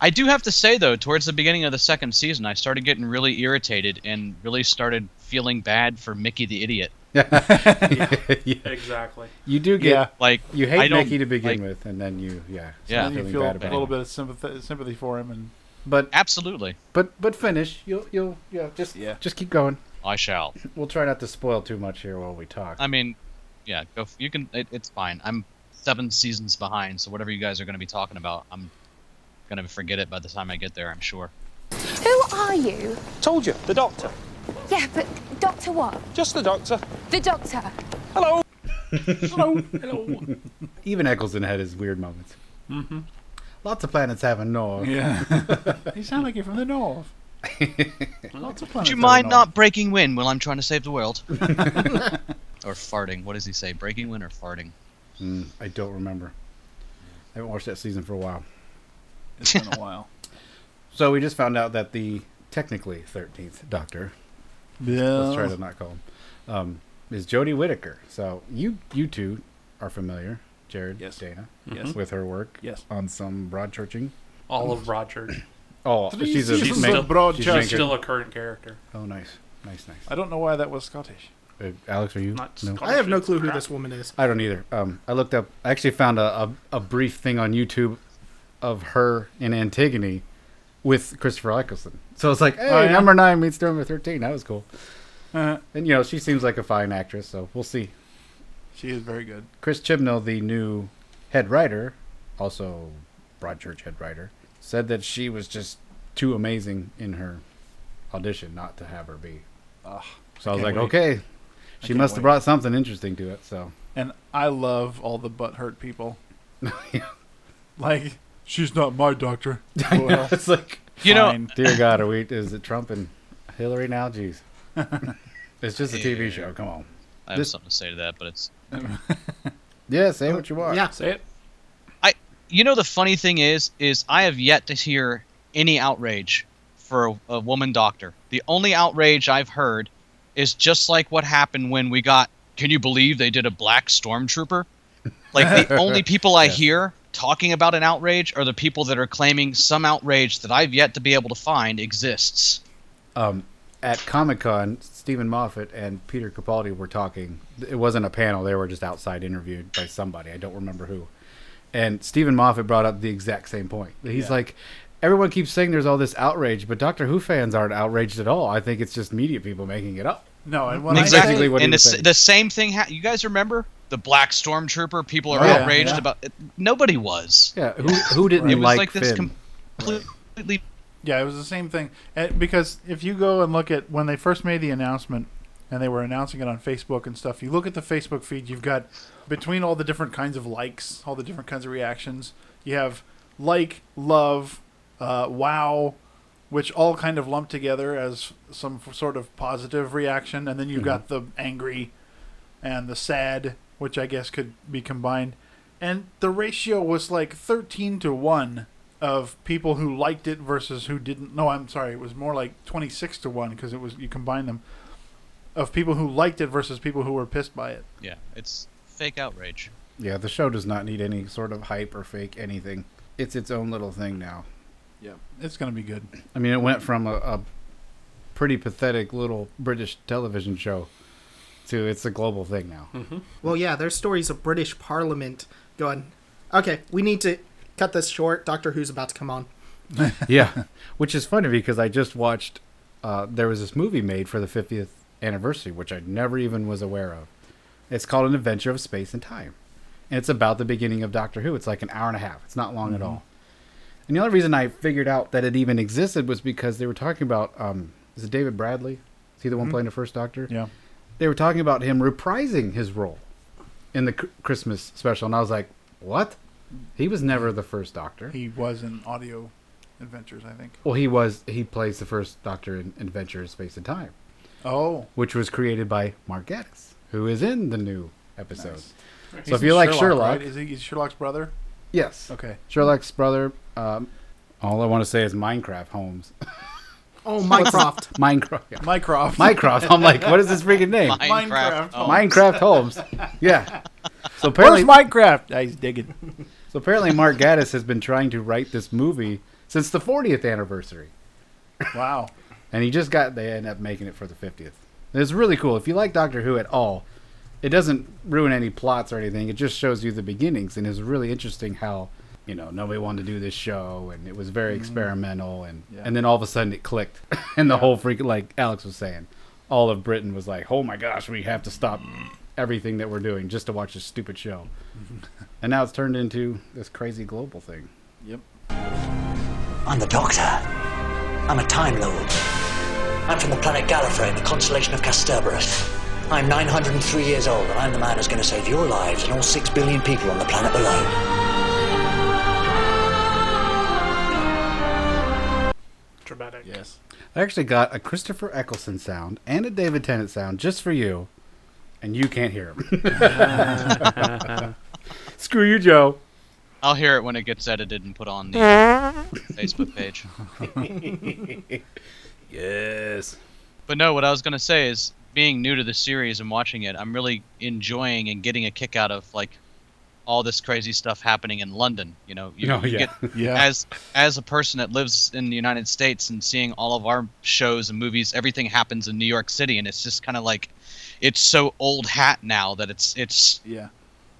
I do have to say though, towards the beginning of the second season, I started getting really irritated and really started feeling bad for Mickey the idiot.
(laughs) Yeah.
Exactly.
You do get.
Yeah.
Like
You
I
hate
don't-
Mickey to begin
like-
with, and then you, yeah. start
Yeah.
And you
feeling
feel a
bad about
little
him.
bit of sympathy, sympathy for him, and
But
absolutely,
but but finish. You'll you'll yeah. Just
Yeah.
just keep going.
I shall.
We'll try not to spoil too much here while we talk.
I mean, yeah, go. F- you can. It, it's fine. I'm seven seasons behind, so whatever you guys are going to be talking about, I'm going to forget it by the time I get there. I'm sure.
Who are you?
Told you, the doctor.
Yeah, but Doctor what?
Just the doctor.
The doctor.
Hello.
Even Eccleston had his weird moments. Mm-hmm. Lots of planets have a north. (laughs)
yeah, you sound like you're from the north. Lots of planets
Would you
are
mind
north.
not breaking wind while I'm trying to save the world? (laughs) or farting? What does he say? Breaking wind or farting?
Mm, I don't remember. I haven't watched that season for a while.
It's been a while.
So we just found out that the technically 13th Doctor, let's
Oh.
try to not call him, um, is Jodie Whittaker. So you you two are familiar, Jared,
Yes.
Dana,
Mm-hmm.
Yes.
with her work
Yes.
on some broad churching.
All of Broadchurch.
Oh, she's a
seasons
main-
of
she's
broad
main
She's
character.
still a current character.
Oh, nice. Nice, nice.
I don't know why that was Scottish.
Uh, Alex, are you?
Not
no?
Scottish.
I have no clue who this woman is.
I don't either. Um, I looked up. I actually found a, a, a brief thing on YouTube of her in Antigone with Christopher Eccleston. So it's like, hey,
Oh, yeah?
number nine meets number thirteen. That was cool.
Uh,
And you know, she seems like a fine actress. So we'll see.
she is very good.
Chris Chibnall, the new head writer, also Broadchurch head writer, said that she was just too amazing in her audition not to have her be.
Ugh,
so I was like,
can't wait.
okay, she
can't
must
wait.
have brought something interesting to it.
(laughs)
So
And I love all the butt hurt people. Like she's not my doctor. Well,
(laughs) it's like,
You know,
fine.
dear God, are we? Is it Trump and Hillary now?
(laughs)
Jeez, it's just a TV show. Come on.
I have
This-
something to say to that, but it's
Yeah, say what you want.
Yeah,
Say it.
you know the funny thing is is I have yet to hear any outrage for a, a woman doctor. The only outrage I've heard is just like what happened when we got can you believe they did a black stormtrooper? Like the only people I hear talking about an outrage are the people that are claiming some outrage that I've yet to be able to find exists.
um, at Comic Con, Stephen Moffat and Peter Capaldi were talking. It wasn't a panel; they were just outside interviewed by somebody. I don't remember who. And Stephen Moffat brought up the exact same point. He's like, everyone keeps saying there's all this outrage, but Doctor Who fans aren't outraged at all. I think it's just media people making it up.
no, and when
Exactly.
I say,
what he
and
was
the, s-
saying.
the same thing. Ha- you guys remember the black stormtrooper? People are
Oh, yeah,
outraged
yeah.
about. It. Nobody was.
Yeah, who who didn't
It was
like,
like, this
Finn?
completely
yeah, it was the same thing. And because if you go and look at when they first made the announcement, and they were announcing it on Facebook and stuff, you look at the Facebook feed. You've got between all the different kinds of likes, all the different kinds of reactions. You have like, love, uh, wow, which all kind of lump together as some f- sort of positive reaction, and then you've got the angry and the sad, which I guess could be combined. And the ratio was like 13 to 1 of people who liked it versus who didn't. No, I'm sorry, it was more like 26 to 1 because it was you combine them of people who liked it versus people who were pissed by it.
Yeah, it's fake outrage.
Yeah, the show does not need any sort of hype or fake anything. It's its own little thing now.
It's going to be good.
I mean, it went from a, a pretty pathetic little British television show to it's a global thing now.
Well, yeah, there's stories of British Parliament going, okay, we need to cut this short. Doctor Who's about to come on.
yeah, which is funny because I just watched. Uh, there was this movie made for the 50th anniversary, which I never even was aware of. It's called An Adventure of Space and Time, and it's about the beginning of Doctor Who. It's like an hour and a half. It's not long
Mm-hmm.
at all. And the only reason I figured out that it even existed was because they were talking about. Um, is it David Bradley? Is he the one playing the first Doctor?
Mm-hmm. Yeah.
they were talking about him reprising his role in the Chr- Christmas special, and I was like, "What? He was never the first Doctor.
Mm-hmm. He was in audio adventures, I think.
well, he was. He plays the first Doctor in Adventure in Space and Time,
Oh.
which was created by Mark Gatiss, who is in the new episode.
Nice.
So if you like Sherlock,
right? is he he's Sherlock's brother?
yes,
Okay.
Sherlock's brother. Um, all I want to say is Minecraft Holmes.
Oh, Minecraft.
(laughs) Minecraft. yeah.
Mycroft.
Minecraft. I'm like, what is his freaking name?
Minecraft.
Minecraft. oh.
Minecraft Holmes. Yeah. So
Where's
apparently,
Minecraft? Ah, he's digging.
So apparently, Mark Gaddis has been trying to write this movie since the 40th anniversary,
Wow.
and he just got they end up making it for the 50th. And It's really cool. If you like Doctor Who at all, it doesn't ruin any plots or anything. It just shows you the beginnings, and it's really interesting how you know nobody wanted to do this show, and it was very experimental, and
Yeah.
and then all of a sudden it clicked, (laughs) and the whole freaking like Alex was saying, all of Britain was like, oh my gosh, we have to stop everything that we're doing just to watch this stupid show, and now it's turned into this crazy global thing.
Yep.
I'm the Doctor. I'm a Time Lord. I'm from the planet Gallifrey in the constellation of Casterbarus. I'm 903 years old, and I'm the man who's going to save your lives and all six billion people on the planet below.
Dramatic.
Yes.
I actually got a Christopher Eccleston sound and a David Tennant sound just for you, and you can't hear them. (laughs) Screw you, Joe.
I'll hear it when it gets edited and put on
(laughs)
the uh, Facebook page.
Yes.
But no, what I was gonna say is, being new to the series and watching it, I'm really enjoying and getting a kick out of like all this crazy stuff happening in London. You know, you,
Oh,
you
yeah.
get
Yeah.
as as a person that lives in the United States and seeing all of our shows and movies, everything happens in New York City, and it's just kind of like it's so old hat now that it's it's
Yeah.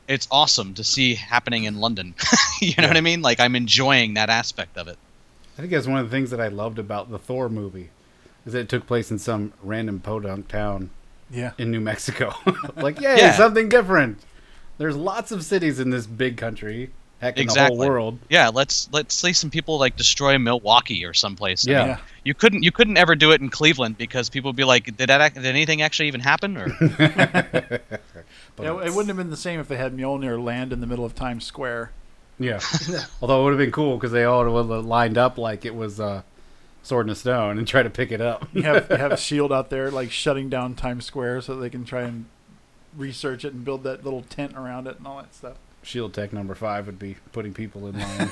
it's awesome to see happening in London. (laughs) you know what I mean? Like I'm enjoying that aspect of it.
I think that's one of the things that I loved about the Thor movie, is that it took place in some random podunk town
Yeah.
in New Mexico. (laughs) like, yay,
Yeah.
something different. There's lots of cities in this big country, heck, in
Exactly.
the whole world.
Yeah, let's let's see some people like destroy Milwaukee or someplace. I
Yeah.
mean, you couldn't you couldn't ever do it in Cleveland because people would be like, did that ac- did anything actually even happen? Or
But
It, it
it's-
wouldn't have been the same if they had Mjolnir land in the middle of Times Square.
(laughs)
Yeah. Although it would have been cool because they all would have lined up like it was uh, Sword in a Stone and try to pick it up. (laughs)
You have you have Shield out there like shutting down Times Square so they can try and research it and build that little tent around it and all that stuff.
Shield Tech number five would be putting people in line.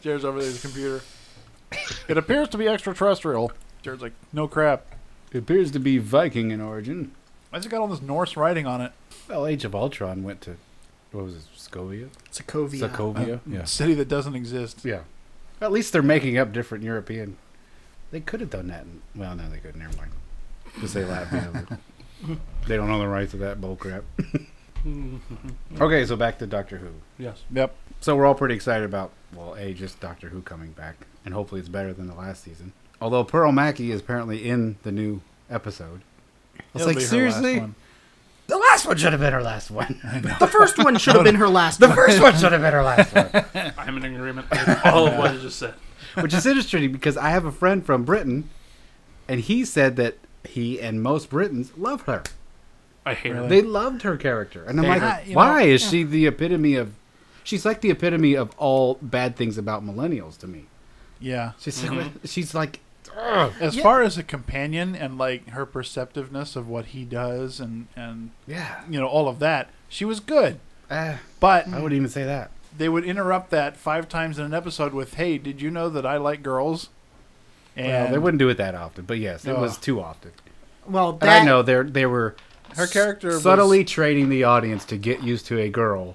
Jared's over there at the computer. It appears to be extraterrestrial. Jared's like, no crap.
it appears to be Viking in origin.
Why's it got all this Norse writing on it?
Well, Age of Ultron went to, what was it, Scovia?
Sokovia.
Sokovia? Yeah.
City that doesn't exist.
Yeah. At least they're making up different European. They could have done that. In, well, no, they couldn't. Never mind. Because they Latvia. they don't own the rights to that bull crap. (laughs) okay, so back to Doctor Who.
Yes.
Yep.
So we're all pretty excited about, well, A, just Doctor Who coming back. And hopefully it's better than the last season. Although Pearl Mackey is apparently in the new episode. I was
It'll
like,
be her
seriously?
last one.
The last one should have been her last (laughs) one.
The first one should have been her last.
the
one.
first one should have been her last one.
I'm in agreement with all of what I just said.
(laughs) which is interesting because I have a friend from Britain, and he said that he and most Britons love her.
I hate it.
They loved her character, and I'm
They-
like,
Ah, you know,
why is she the epitome of? She's like the epitome of all bad things about millennials to me.
Yeah.
She's (laughs) she's like,
As far as a companion and like her perceptiveness of what he does and and
yeah,
you know all of that, she was good.
eh,
But
I wouldn't even say that.
they would interrupt that five times in an episode with, "Hey, did you know that I like girls?" And
well, they wouldn't do it that often, but yes, it
Ugh.
was too often.
Well,
And
that,
I know they they were
Her
s-
character was-
subtly training the audience to get used to a girl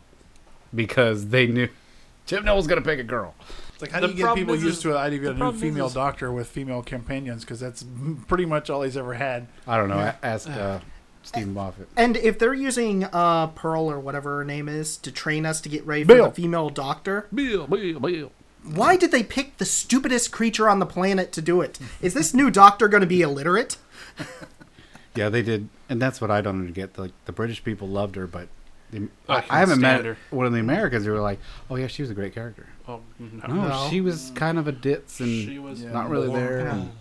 because they knew (laughs) Tim Noel's gonna pick a girl.
It's like, how
The
do you get
problem
people
is-
used
is-
to the idea
the
of a new
problem is-
female
is-
doctor with female companions? Because that's pretty much all he's ever had.
I don't know. a- Ask uh, Stephen Moffat.
and if they're using uh, Pearl or whatever her name is to train us to get ready for
Bill.
the female doctor, Bill, Bill, Bill, why did they pick the stupidest creature on the planet to do it? Is this new doctor going to be illiterate?
Yeah, they did, and that's what I don't get. Like the British people loved her, but the,
I
I,
couldn't
I haven't met
stand her.
one of the Americans who were like, "Oh yeah, she was a great character."
Oh, no.
No,
No.
she was kind of a ditz and
She was
not really there. and-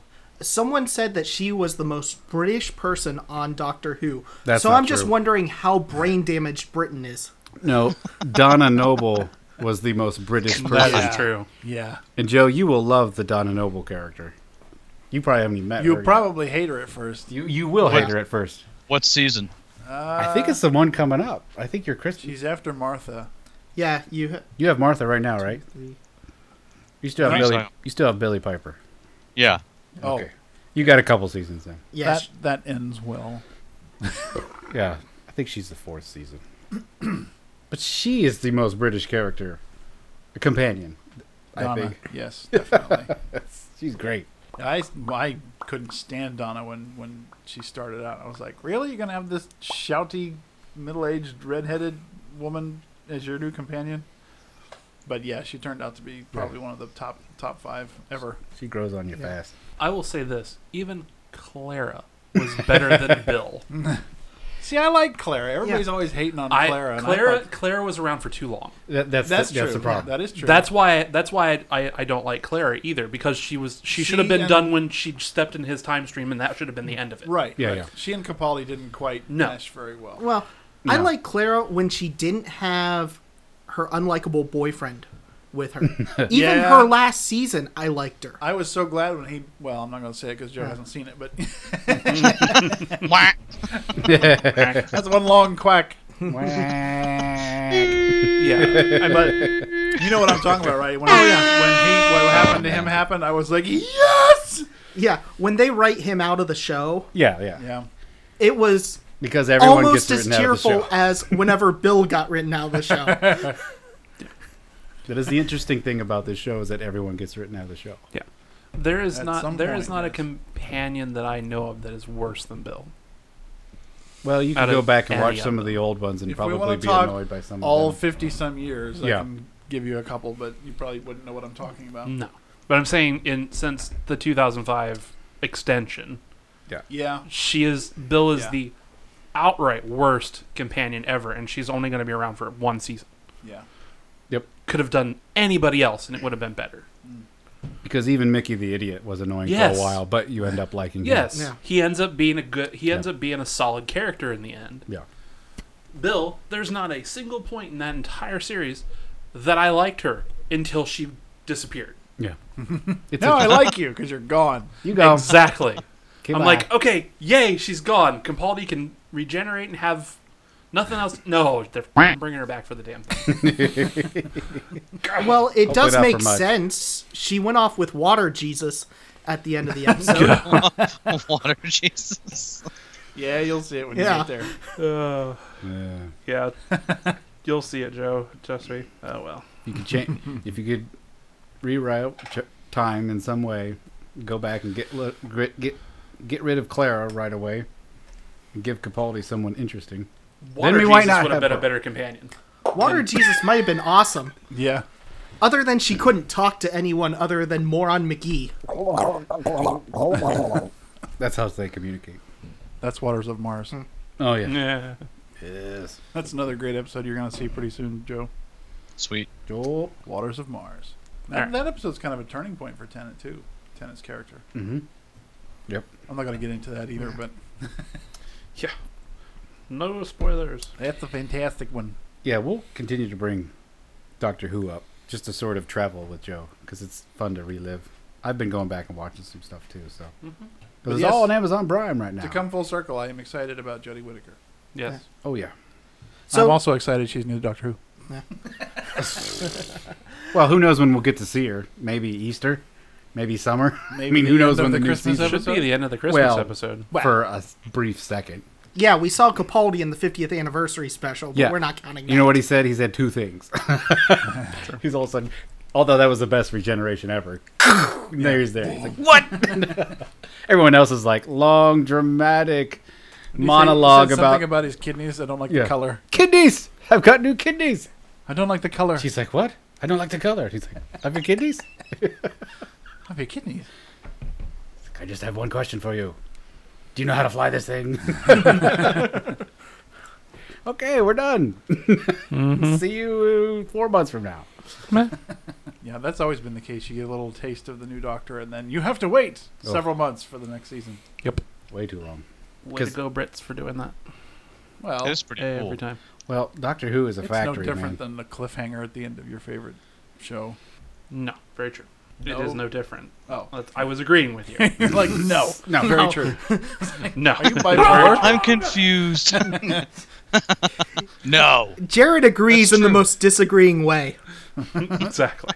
Someone said that she was the most British person on Doctor Who.
That's
so
not
I'm just
true.
wondering how brain damaged Britain is.
No, Donna Noble was the most British
That
person.
is true.
Yeah,
And Joe, you will love the Donna Noble character. You probably haven't even met her.
you'll
yet.
probably hate her at first.
you you will hate her at first.
what season?
I think it's the one coming up. I think you're Chris.
She's after Martha.
Yeah, you.
You have Martha right now, right? You still have
I think
Billy.
so.
You still have Billy Piper.
Yeah. (laughs)
Oh,
Okay. You got a couple seasons then.
Yeah,
that that ends well.
Yeah. I think she's the fourth season. but she is the most British character, a companion. I
Donna,
think (laughs)
yes, definitely.
she's great.
I I couldn't stand Donna when when she started out. I was like, really, you're gonna have this shouty, middle-aged, redheaded woman as your new companion? But yeah, she turned out to be probably one of the top top five ever.
She grows on you
Yeah.
fast.
I will say this: even Clara was better than Bill.
See, I like Clara. Everybody's always hating on
I
Clara. and I
Clara
thought-
Clara was around for too long.
That, that's
that's
the,
true.
That's the problem.
That is true.
That's why. That's why I, I, I don't like Clara either because she was she, should have
She
been
and-
done when she stepped in his time stream and that should have been the end of it.
right.
Yeah,
right.
yeah.
She and Capaldi didn't quite
No.
mesh very well.
Well, I like Clara when she didn't have her unlikable boyfriend
(laughs)
with her. Even
Yeah.
her last season, I liked her. Uh,
I was so glad when he. Well, I'm not going to say it because Joe hasn't seen it, but
Whack.
that's one long quack.
Yeah. I- but
You know what I'm talking about, right? When, oh, when he, what happened to him happened, I was like, yes.
Yeah, when they write him out of the show,
yeah, yeah,
Yeah.
it was
because everyone
Almost
gets
as
written out of the
tearful
show.
as
(laughs)
whenever Bill got written out of the show.
That is the interesting thing about this show is that everyone gets written out of the show.
There is
At
not
some
there is
point,
not a
yes.
companion that I know of that is worse than Bill.
Well, you
Out
can go
of
back and
any
watch
of
some
them.
of the old ones and
If we
probably
wanna
be
talk
annoyed by some
all
of them.
50 some years.
Yeah.
I can give you a couple, but you probably wouldn't know what I'm talking about.
Mm.
No, but I'm saying in since the 2005 extension,
Yeah.
she is Bill is
Yeah.
the outright worst companion ever, and she's only going to be around for one season.
Yeah.
Could have done anybody else, and it would have been better.
Because even Mickey the Idiot was annoying
Yes.
for a while, but you end up liking
Yes,
him.
Yeah.
he ends up being a good. He ends
Yeah.
up being a solid character in the end.
Yeah.
Bill, there's not a single point in that entire series that I liked her until she disappeared.
Yeah. It's
No,
a-
I like you because you're gone.
you go.
Exactly.
Okay,
I'm
bye.
like, Oh. (laughs) okay, yay, she's gone. Capaldi can regenerate and have nothing else. No, they're f***ing bringing her back for the damn (laughs) thing.
well, it does
not for
make
much.
sense. She went off with water Jesus at the
(laughs)
end of the episode.
Water Jesus.
Yeah, you'll see it when
Yeah.
you get there.
Yeah.
Uh,
(laughs)
yeah, you'll see it, Joe. Trust me. Oh well.
you could change if you could rewrite ch- time in some way go back and get li- get get, get rid of clara right away and give capaldi someone interesting
Water
we
Jesus
might not
would have
have
been a
her.
better companion.
water Jesus might have been awesome.
Yeah.
Other than she couldn't talk to anyone other than Moron McGee.
that's how they communicate
That's Waters of Mars.
oh yeah
Yeah.
yes
That's another great episode you're going to see pretty soon, Joe.
Sweet.
joel
Waters of Mars.
All
That,
right.
that episode's kind of a turning point for Tennant, too. Tennant's character.
hmm yep
I'm not going to get into that either, but
No spoilers.
that's a fantastic one.
yeah we'll continue to bring doctor who up just to sort of travel with joe because it's fun to relive i've been going back and watching some stuff too so
But
Because it's
yes,
all on amazon prime right now
To come full circle, I am excited about Jodie Whittaker.
Yes.
oh yeah
So
I'm also excited she's new to Doctor Who.
Well, who knows when we'll get to see her? Maybe Easter, maybe summer. (laughs) I mean,
the
who
end
knows
of
when
the
the, new
Christmas
season
Should
episode?
be the end of the Christmas
Well-
episode.
for a brief second.
yeah, we saw Capaldi in the 50th anniversary special, but
Yeah.
we're not counting that.
You know what he said? He said two things.
(laughs)
he's all of a sudden, although that was the best regeneration ever.
(laughs)
there he's there. He's like, what? (laughs) Everyone else is like long, dramatic
You
monologue
said
about,
something about his kidneys. I don't like
Yeah.
the color.
kidneys. I've got new kidneys.
I don't like the color
She's like, what? I don't like the color. He's like, I've got kidneys.
of your kidneys.
I just have one question for you. Do you know how to fly this thing? (laughs) okay, we're done. (laughs)
Mm-hmm.
See you four months from now.
(laughs)
Yeah, that's always been the case. You get a little taste of the new Doctor, and then you have to wait
Oh.
several months for the next season.
Way too long.
Way to
'Cause-
go, Brits, for doing that eh,
Well,
It was
it's
pretty
every
cool.
time.
Well, Doctor Who is a
no
factory,
different
man.
than the cliffhanger at the end of your favorite
(laughs)
show.
No, very true.
No.
It is no different.
Oh,
That's- I was agreeing with (laughs) you.
you're like no,
(laughs) No.
very true.
No. (laughs)
Are you bipolar?
I'm confused. (laughs) no.
Jared agrees
That's
in the
true.
most disagreeing way.
exactly.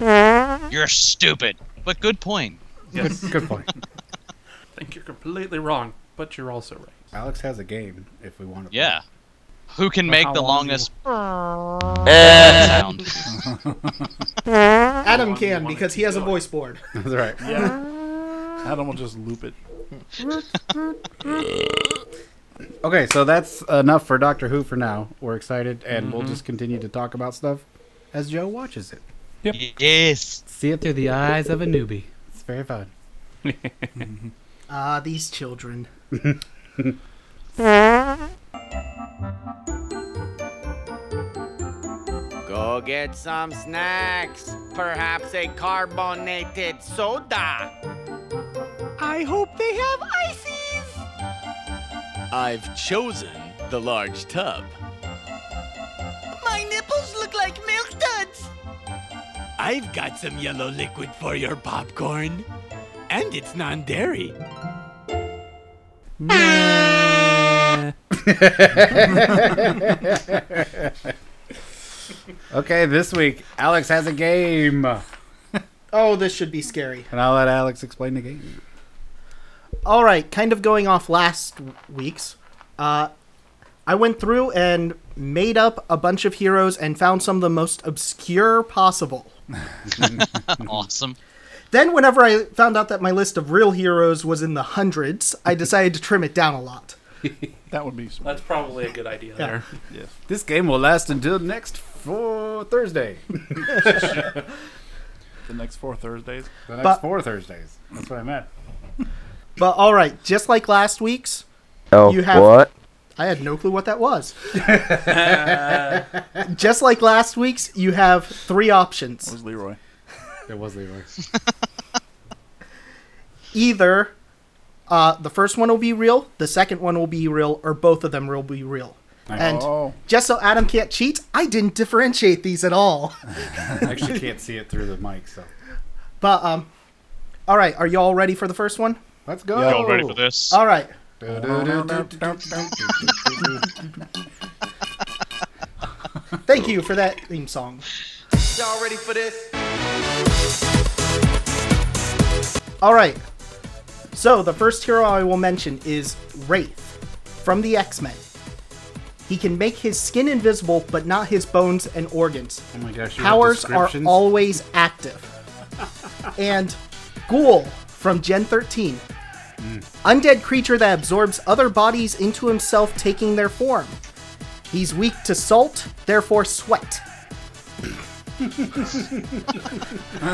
You're stupid. But good point.
Yes.
Good point.
I think you're completely wrong, but you're also right.
Alex has a game if we want to.
Yeah. Who can make
how
the
long
longest sound?
(laughs)
Adam
one you
can
wanna
because he
keep
has a
going.
voice
(laughs)
board.
(laughs) That's right.
Adam will just loop it.
Okay, so that's enough for Doctor Who for now. We're excited, and
Mm-hmm.
we'll just continue to talk about stuff as Joe watches it.
(laughs)
Yes.
See it through the eyes of a newbie. It's very fun.
Ah, these children.
Go get some snacks. Perhaps a carbonated soda. I hope they have ices. I've chosen the large tub. My nipples look like milk duds. I've got some yellow liquid for your popcorn. And it's non dairy.
Okay, this week Alex has a game, and
Oh, this should be scary.
I'll let Alex explain the game.
All right, kind of going off last week's. Uh, I went through and made up a bunch of heroes and found some of the most obscure possible.
awesome.
Then, whenever I found out that my list of real heroes was in the hundreds,
(laughs)
I decided to trim it down a lot.
That would be smart.
That's probably a good idea there.
This game will last until next four Thursday.
The next four Thursdays.
The next
But-
four Thursdays. That's what I meant.
But all right, just like last week's,
Oh,
You have-
what?
I had no clue what that was. (laughs) just like last week's, you have three
That
options.
was Leroy.
It was Leroy.
Either uh, the first one will be real, the second one will be real, or both of them will be real. And
Oh,
just so Adam can't cheat, I didn't differentiate these at all.
I actually can't see it through the mic, so
But um, all right, are you all ready for the first one?
let's go.
Y'all ready
Oh.
for this?
Um,
All right.
Du- du- du- du- du- du- du- du- du-
Thank you for that theme song.
Y'all ready for this?
All right. So the first hero I will mention is Wraith from the X Men. He can make his skin invisible, but not his bones and organs.
Oh my gosh! you have
Powers are
descriptions?
always active.
(laughs)
and Ghoul from Gen 13.
Hmm.
Undead creature that absorbs other bodies into himself, taking their form. He's weak to salt, therefore sweat.
All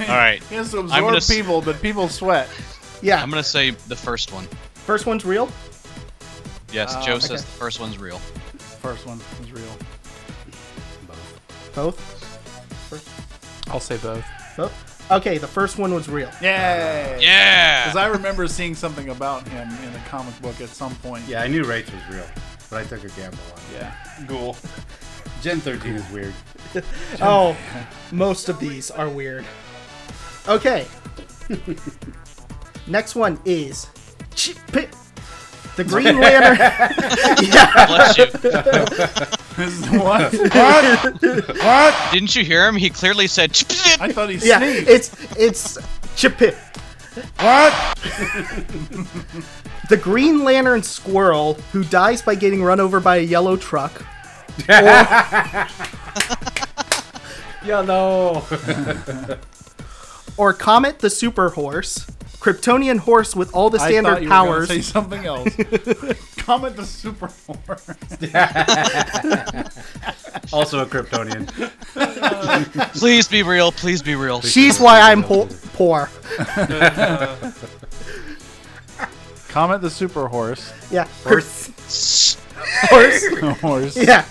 right.
he has to
I'm
absorb
gonna s-
people, but people sweat.
Yeah.
I'm gonna say the first one.
First one's real.
Uh,
Yes, Joe says the first one's real.
First one was real.
Both.
I'll say both.
Both. Okay, the first one was real.
Yay!
Yeah.
Because I remember seeing something about him in a comic book at some point.
Yeah, I knew Wraith was real, but I took a gamble on it.
Yeah.
Ghoul. Gen 13 is weird.
Oh, most of these are weird. Okay. (laughs) Next one is Ch- P-
(laughs)
the Green Lantern. yeah,
Bless
(laughs)
you.
This is the one. (laughs)
Didn't you hear him? He clearly said.
I thought he
(laughs) yeah,
sneezed.
it's it's Chipip.
What?
The Green Lantern squirrel who dies by getting run over by a yellow truck. Or,
(laughs) Yellow.
or Comet the Super Horse, Kryptonian horse with all the
I thought
standard
you were gonna
powers.
say something (laughs) else. Comment the super horse.
also a (laughs) Kryptonian.
Please be real. Please be real.
She's
(laughs)
why I'm po- poor.
Comment the super horse.
Yeah,
Horse.
horse.
(laughs)
(laughs)
horse.
Yeah.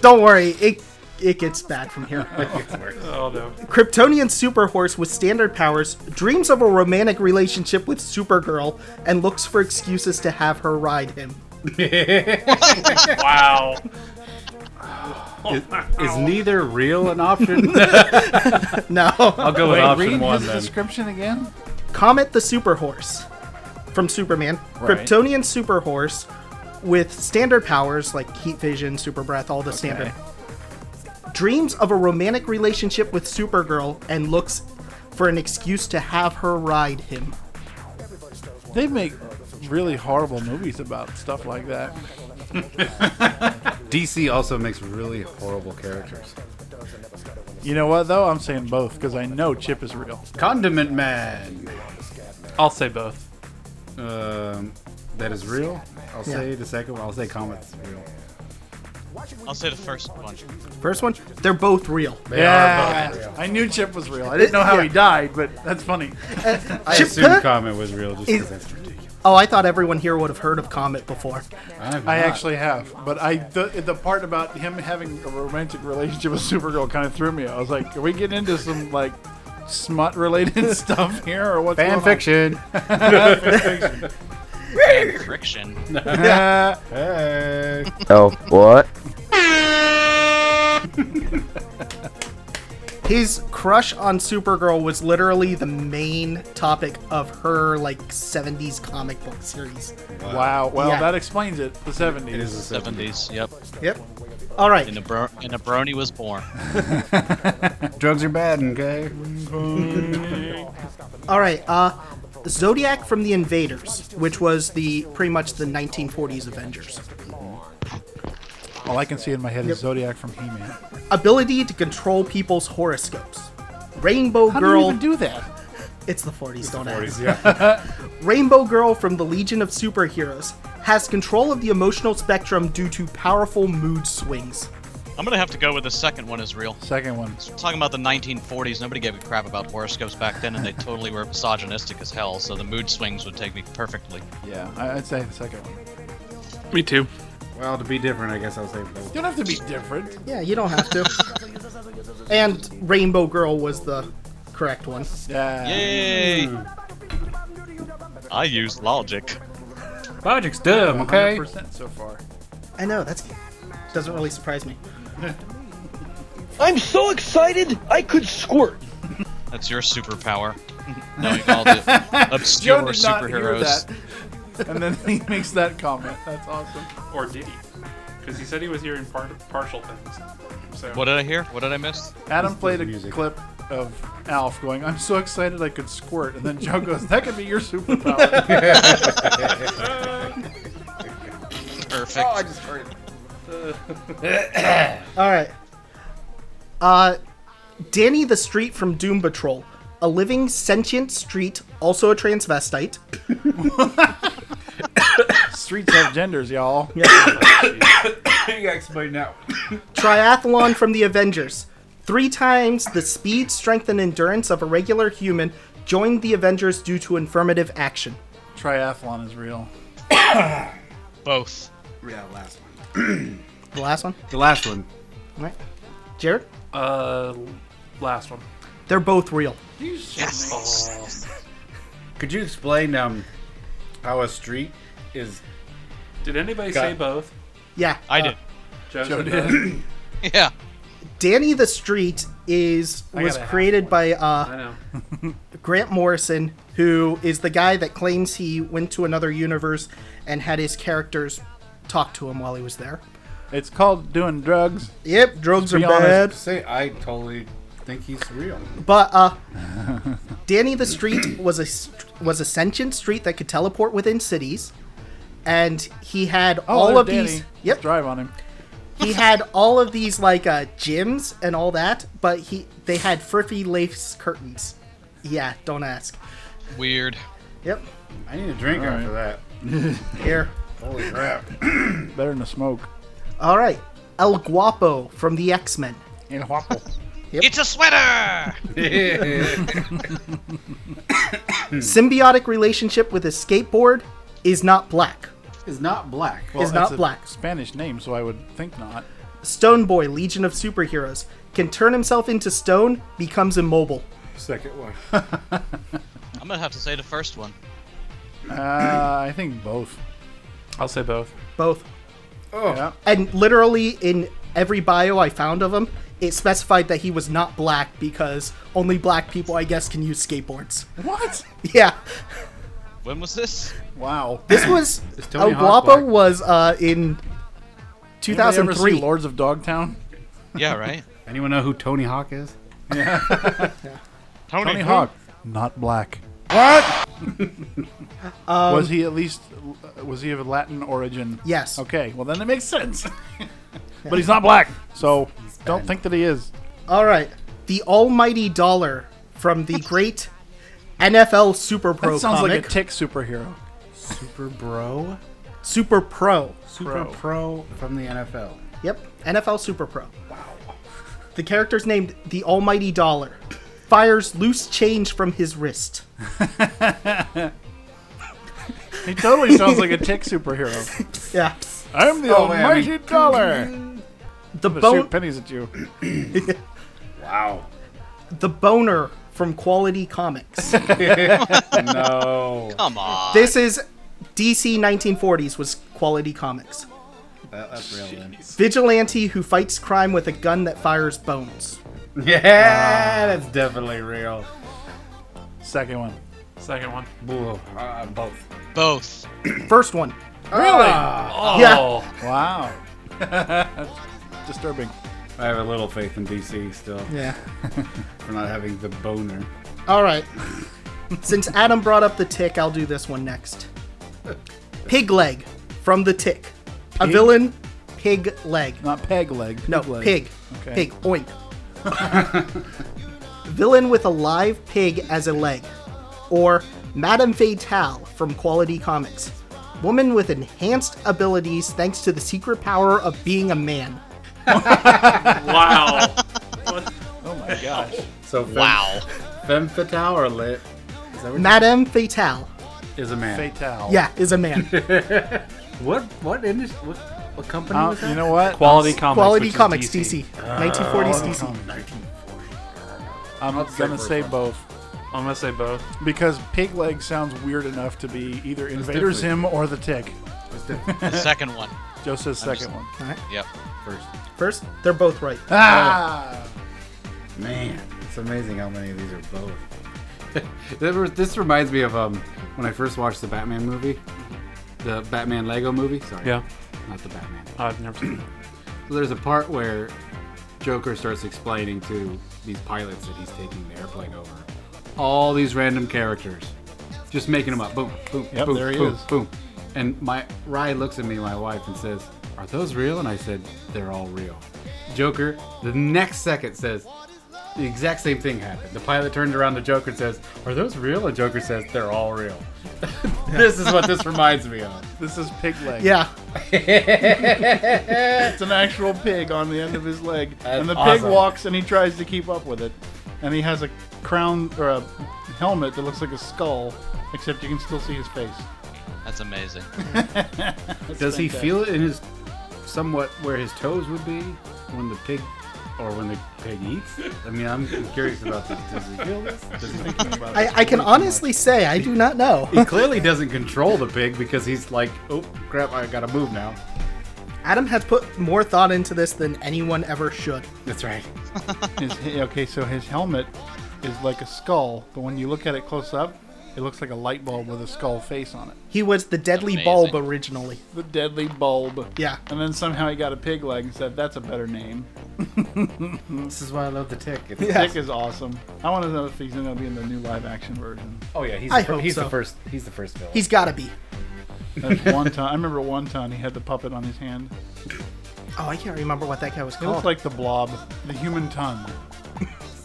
Don't worry, it it gets bad from here.
Oh no.
Kryptonian Superhorse with standard powers dreams of a romantic relationship with Supergirl and looks for excuses to have her ride him.
Wow.
Oh, Is neither real an option?
No.
(laughs) I'll go with
Wait,
option
read
one
his
then.
description again.
(laughs) Comet the Superhorse from Superman.
Right.
Kryptonian Superhorse with standard powers like heat vision, super breath, all the standard. Dreams of a romantic relationship with Supergirl and looks for an excuse to have her ride him.
They make really horrible movies about stuff like that.
DC also makes really horrible characters.
You know what though? I'm saying both because I know Chip is real.
Condiment Man.
I'll say both.
Um, that is real. I'll say the second one. I'll say Comet's real.
I'll say the first one.
First one, they're both real.
They are both real.
I knew Chip was real. I didn't know how he died, but that's funny.
I
Chip-
assumed Comet was real just
Is-
because that's ridiculous.
Oh, I thought everyone here would have heard of Comet before.
I'm
I
not.
actually have, Uh, but I the, the part about him having a romantic relationship with (laughs) Supergirl kind of threw me. I was like, are we getting into some like smut related (laughs) stuff here or what's
fan
going
fiction.
And
(laughs)
friction.
On? Uh,
(laughs) hey.
Oh, what?
His crush on Supergirl was literally the main topic of her like 70s comic book series.
wow. Well,
Yeah.
that explains it. The 70s.
It is a 70.
Seventies. Yep.
Yep. All
And
right.
a bro- and a brony was born.
Drugs are bad, okay?
All right. Uh Zodiac from the Invaders, which was the pretty much the 1940s Avengers.
All I can see in my head is Zodiac from He-Man.
Ability to control people's horoscopes. Rainbow
How do you
Girl.
even do that?
it's the 40s, don't ask.
yeah.
Rainbow Girl from the Legion of Superheroes has control of the emotional spectrum due to powerful mood swings.
I'm gonna have to go with the second one is real.
(laughs) Second one.
Talking about the 1940s, nobody gave a crap about horoscopes back then, and they totally were misogynistic as hell. So the mood swings would take me perfectly.
Yeah, I- I'd say the second one. You
Me too.
well, to be different, I guess I'll say both.
don't have to be different.
Yeah, you don't have to. (laughs) and Rainbow Girl was the correct one.
Yeah.
Yay! I use logic.
Logic's dumb, okay?
100% so far.
I know, that's doesn't really surprise me.
I'm so excited I could squirt.
That's your superpower. (laughs) no, he
(laughs)
called it obscure
Joe did not hear
superheroes.
that. (laughs) and then he makes that comment. That's awesome.
Or did he? Because he said he was hearing par- partial things. So
What did I hear? What did I miss?
Adam played a
music.
clip of Alf going, I'm so excited I could squirt. And then Joe goes, That could be your superpower.
Perfect.
Oh,
All right. Uh, Danny the Street from Doom Patrol, a living sentient street, also a transvestite.
Streets have genders, y'all.
you gotta explain now.
Triathlon from the Avengers. Three times the speed, strength, and endurance of a regular human joined the Avengers due to affirmative action.
Triathlon is real.
Both.
Yeah, last one.
The last one?
The last one.
All right. Jared?
Uh, last one.
They're both real.
Could you explain um how a street is?
Did anybody
Got-
say both?
Yeah. Uh,
I did.
Joe,
Joe
said
did.
both. (laughs)
(laughs) Yeah.
Danny the Street is was
gotta have
created by
I
uh,
know.
Grant Morrison, who is the guy that claims he went to another universe and had his characters talk to him while he was there.
It's called doing drugs.
Yep, drugs are
be honest.
bad.
Say, I totally think he's real.
But uh, Danny the Street was a st- was a sentient street that could teleport within cities, and he had
Oh,
all
there's
of
Danny.
these.
Let's
Yep,
Drive on him.
he had all of these like uh, gyms and all that. But he they had furfy lace curtains. Yeah, don't ask.
Weird.
Yep,
I need a drink
All
after
(laughs)
here.
that. Holy crap!
Better than a smoke.
All right, El Guapo from the X Men.
El Guapo.
It's a sweater.
Symbiotic relationship with his skateboard is not black.
It's (laughs) not black.
Well,
Is not
it's a
black.
Spanish name, so I would think not.
Stone Boy, Legion of Superheroes, can turn himself into stone, becomes immobile.
Second one. (laughs)
I'm gonna have to say the first one.
Uh, I think both.
I'll say both.
Both.
Yeah.
And literally in every bio I found of him, it specified that he was not black because only black people, I guess, can use skateboards. (laughs)
What?
Yeah.
When was this?
Wow.
This was.
Is Tony
El
Hawk
Guapo
black?
was uh, in
Anybody ever see
2003.
Lords of Dogtown?
Yeah, right.
Anyone know who Tony Hawk is?
Tony,
(laughs) Tony Hawk. Not black.
(laughs)
What?
Um,
was he at least? uh, Was he of Latin origin?
Yes.
Okay. Well, then it makes sense. (laughs) but he's not black, so don't think that he is.
All right. The Almighty Dollar from the great NFL Super
That
Pro
sounds
comic.
like a tick superhero.
Super bro.
Super Pro.
Super pro from the NFL.
Yep, NFL Super Pro. Wow. The character's named the Almighty Dollar. Fires loose change from his wrist.
He totally sounds like a tick (laughs) superhero.
Yeah.
I'm the
Oh, man, I
almighty dollar.
The
I'm gonna
bone
shoot pennies at you.
Wow.
the boner from Quality Comics.
No.
Come on.
this is DC 1940s was Quality Comics.
That- that's real then.
Vigilante who fights crime with a gun that fires bones.
(laughs) Yeah, that's definitely real.
Second one.
Second one.
Boo. Uh, both. Ah.
Both.
First one.
Oh,
Yeah.
Wow. (laughs) That's disturbing.
I have a little faith in DC still
Yeah.
for not having the boner.
All right. Since Adam brought up the tick, I'll do this one next. Pig leg from the tick. A
Pig?
villain, pig leg.
Not peg leg. Pig
No,
leg.
pig.
Okay.
Pig. Oink.
(laughs)
Villain with a live pig as a leg. Or Madame Fatale from Quality Comics. Woman with enhanced abilities thanks to the secret power of being a man.
Wow. What-
Oh my gosh.
So fem,
Wow.
femme fatale or lit is, that what
Madame Fatale.
is a man.
Fatal.
Yeah, is a man.
What what industry? What, what company
Uh,
was that?
you know what?
Quality comics.
Quality
which is
Comics, DC.
Ah.
1940s DC.
I'm
say
gonna
first
say
one.
both
I'm gonna say both.
because pig leg sounds weird enough to be either Invader
different.
Zim or the Tick.
The second one.
Joe says second one.
Yep.
First.
First, they're both right.
Ah,
Man, it's amazing how many of these are both. (laughs) That was- this reminds me of um, when I first watched the Batman movie, the Batman Lego movie. Sorry,
Yeah.
not the Batman.
I've never (clears throat) seen it.
So there's a part where Joker starts explaining to these pilots that he's taking the airplane over all these random characters, just making them up. Boom, boom,
Yep,
boom,
there he
boom,
is.
boom. And my Rye looks at me, my wife, and says, "Are those real?" And I said, "They're all real." Joker, the next second says, the exact same thing happened. The pilot turns around to Joker and says, "Are those real?" And Joker says, "They're all real." (laughs) this is what this reminds me of.
this is pig leg.
Yeah.
it's an actual pig on the end of his leg, and the pig
awesome.
walks and he tries to keep up with it, and he has a crown or a helmet that looks like a skull, except you can still see his face.
That's amazing.
Does he feel it in his somewhat where his toes would be when the pig or when the pig eats? I mean, I'm curious about this. Does he feel this? Does he,
I, I can honestly say I do not know.
he clearly doesn't control the pig because he's like, oh crap, I gotta move now.
Adam has put more thought into this than anyone ever should.
That's right.
His, okay, so his helmet is like a skull, but when you look at it close up, it looks like a light bulb with a skull face on it.
He was the Deadly
Amazing.
Bulb originally.
The deadly bulb.
Yeah.
And then somehow he got a pig leg and said, "That's a better name."
This is why I love the tick. It's-
Yeah.
Dick is awesome. I want to know if he's gonna be in the new live action version.
Oh yeah, he's
I
the, fir-
hope
he's
so.
the first. He's the first villain.
He's gotta be.
(laughs) That's one time. I remember one time he had the puppet on his hand.
Oh, I can't remember what that guy was
It
called.
looked like the blob, the human tongue,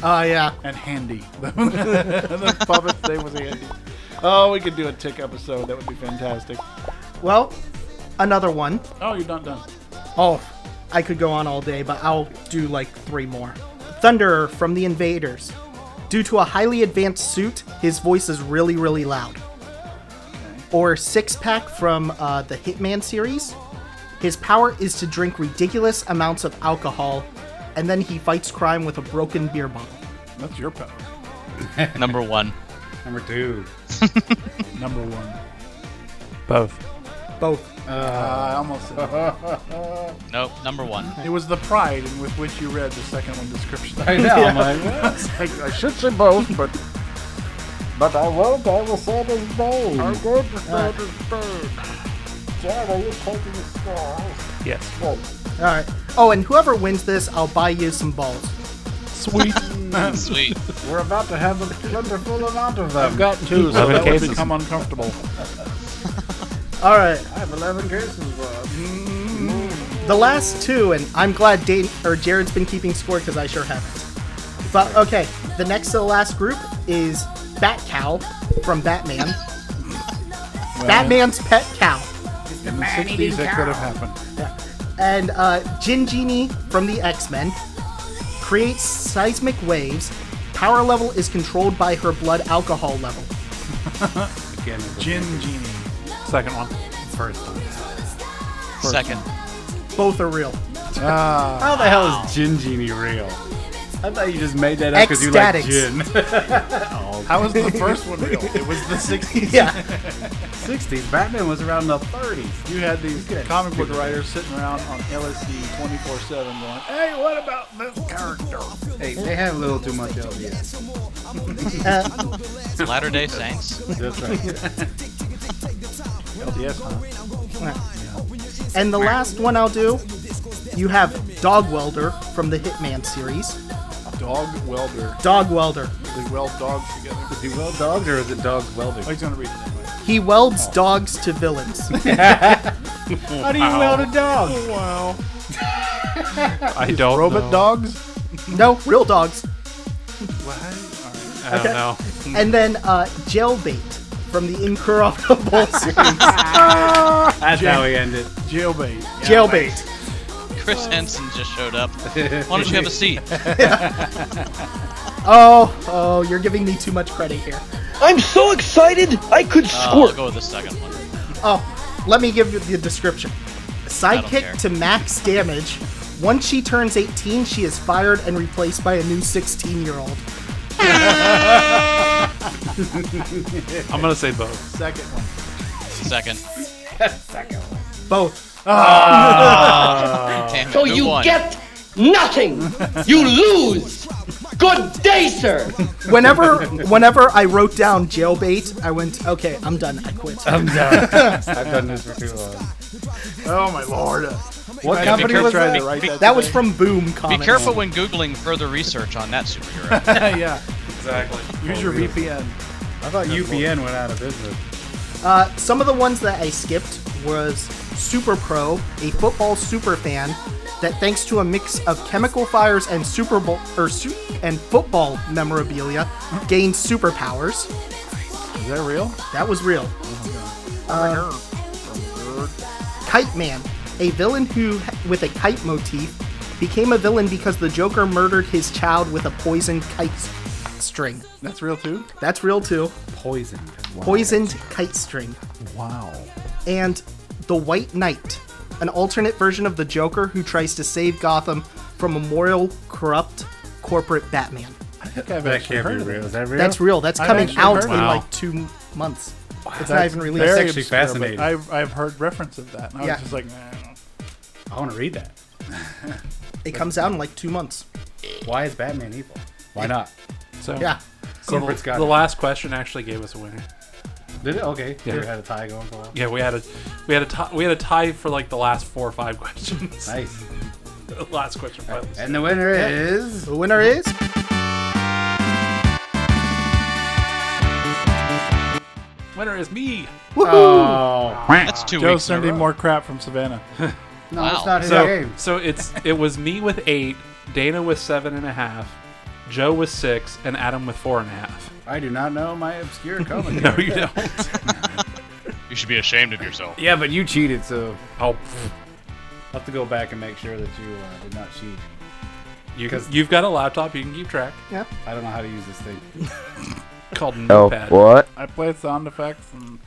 oh yeah.
and handy. (laughs) the puppet's name was handy. Oh, we could do a tick episode. That would be fantastic.
Well, another one.
Oh, you're not done.
Oh, I could go on all day, but I'll do like three more. Thunderer from the Invaders. Due to a highly advanced suit, his voice is really, really loud. Or Six Pack from uh, the Hitman series. His power is to drink ridiculous amounts of alcohol, and then he fights crime with a broken beer bottle.
That's your power.
Number one.
number
(laughs)
two.
Number one.
Both.
Both.
I almost said it.
Nope. Number one.
It was the pride in with which you read the second one description.
I know. I'm like, what?
I, I should say both, (laughs) but
But I won't. I will say his name.
Yes.
All right. Oh, and whoever wins this, I'll buy you some balls.
sweet.
Sweet.
We're about to have a plentiful amount of them.
I've got two, so
Eleven
that would
cases.
become uncomfortable.
All right.
I have 11 cases left.
The last two, and I'm glad Dan- or Jared's been keeping score because I sure haven't. But okay, the next to the last group is Bat Cow from Batman. Batman's pet cow.
In the 60s, that could have happened.
And uh, Jin Genie from the X Men creates seismic waves. Power level is controlled by her blood alcohol level.
Again,
Gin Genie.
Second one.
first one.
Second.
Both are real.
Ah,
How the hell is gin genie real? I thought you just made that up because you like
Ecstatics.
gin. (laughs)
how was the first one real? It was the 60s.
Yeah.
60s. Batman was around the 30s.
You had these
Good.
comic book writers sitting around on LSD 24 7 going, hey, what about this character?
Hey, they had a little too much LBS.
Uh,
Latter Day Saints.
That's (laughs) right.
LDS, huh?
and the last one I'll do, you have Dog Welder from the Hitman series.
Dog welder.
Dog welder.
They weld dogs together.
Is he well dogged or is it dogs welding?
Oh, he's gonna read it anyway.
He welds dogs to villains.
(laughs) How do you weld a dog?
Wow.
I
Oh,
don't
Robot
know.
dogs.
no, real dogs.
What? All right.
I don't know.
And then uh, jailbait from the Incorruptible (laughs)
(laughs)
series.
That's how we end (laughs) it.
Jailbait.
jailbait.
Chris Henson just showed up. Why don't you have a seat?
Oh, oh, you're giving me too much credit here.
I'm so excited I
Oh,
could
Uh, I'll
squirt.
go with the second one.
Oh, let me give you the description.
care.
Sidekick to max damage. Once she turns 18, she is fired and replaced by a new 16 year old.
I'm gonna say both.
Second one.
Second.
Both.
Damn it,
Oh. So
who
you
won?
get nothing. you lose. Good day, sir.
(laughs)
Whenever whenever I wrote down jailbait, I went, okay, I'm done. I quit.
Uh, (laughs) I've done this for too long.
Oh my lord.
What
Yeah, be
company was
careful-
that?
be- be-
that was from Boom Comics.
Be careful when googling further research on
(laughs)
that superhero.
yeah.
Exactly.
Use your VPN.
I thought UPN went out of business.
Uh, some of the ones that I skipped was Super Pro, a football super fan that, thanks to a mix of chemical fires and Super Bowl or su- and football memorabilia, gained superpowers.
Is that real? Oh
That was real. Uh, Kite Man, a villain who, with a kite motif, became a villain because the Joker murdered his child with a poisoned kite s- string.
That's real too.
That's real too.
Poisoned. Wow.
Poisoned kite string.
Wow.
and The White Knight, an alternate version of the Joker who tries to save Gotham from a moral, corrupt, corporate Batman.
I think I've
That
actually
can't be
heard of
real.
it.
Is that real?
That's real. That's
I've
coming
actually
out
heard
in
of it.
like two m- months. It's not
That's
even
very
released.
That's actually
obscure, but
fascinating.
I've, I've heard reference of that. And I
Yeah.
was just like, nah, I don't know.
I want to read that.
It comes out in like two months.
Why is Batman evil? Why not?
So
Yeah.
so
Corporate's
the,
got
the
it.
last question actually gave us a winner.
Did it? Okay.
Yeah.
You had a tie going for a while.
Yeah, we had a we had a tie, we had a tie for like the last four or five (laughs) questions.
Nice.
The last question. was-
And the winner is.
The winner is
winner is me.
Oh.
That's two
Joe
weeks in a
sending
row.
more crap from Savannah.
No,
Wow.
it's not his
So,
game.
so it's it was me with eight, Dana with seven and a half, Joe with six, and Adam with four and a half. (laughs)
I do not know my (laughs) obscure comic.
No, you don't.
You should be ashamed of yourself.
yeah, but you cheated, so
oh, pff,
I'll have to go back and make sure that you uh, did not cheat.
you,
'Cause-
you've got a laptop. You can keep track.
I don't know how to use this thing.
Called Notepad.
what?
I play sound effects and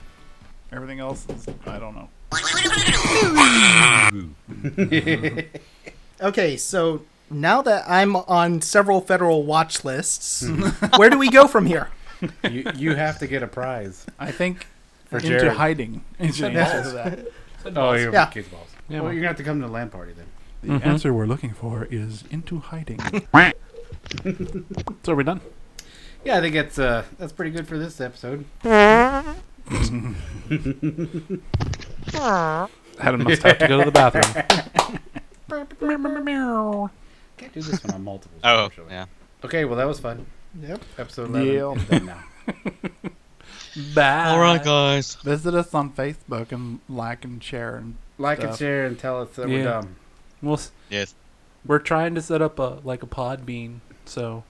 everything else. Is, I don't know.
okay. So now that I'm on several federal watch lists,
Hmm.
where do we go from here?
You, you have to get a (laughs) prize.
I think
For
into
Jared.
hiding is the answer to (laughs) that.
Oh, you're
Yeah.
kids balls.
Yeah,
well,
man.
you're gonna have to come to the land party then.
The answer we're looking for is into hiding.
So are we done?
Yeah, I think that's uh, that's pretty good for this episode.
Adam must have to go to
(laughs)
the bathroom.
Can't do this one on multiple.
Oh, yeah.
Okay, well that was fun.
Yep.
Episode eleven is done now.
Bye.
All right, guys.
Visit us on Facebook and like and share. And
Like and
Stuff.
share and tell us that we're
Yeah.
dumb.
We'll, s-
Yes.
we're trying to set up a like a pod bean, so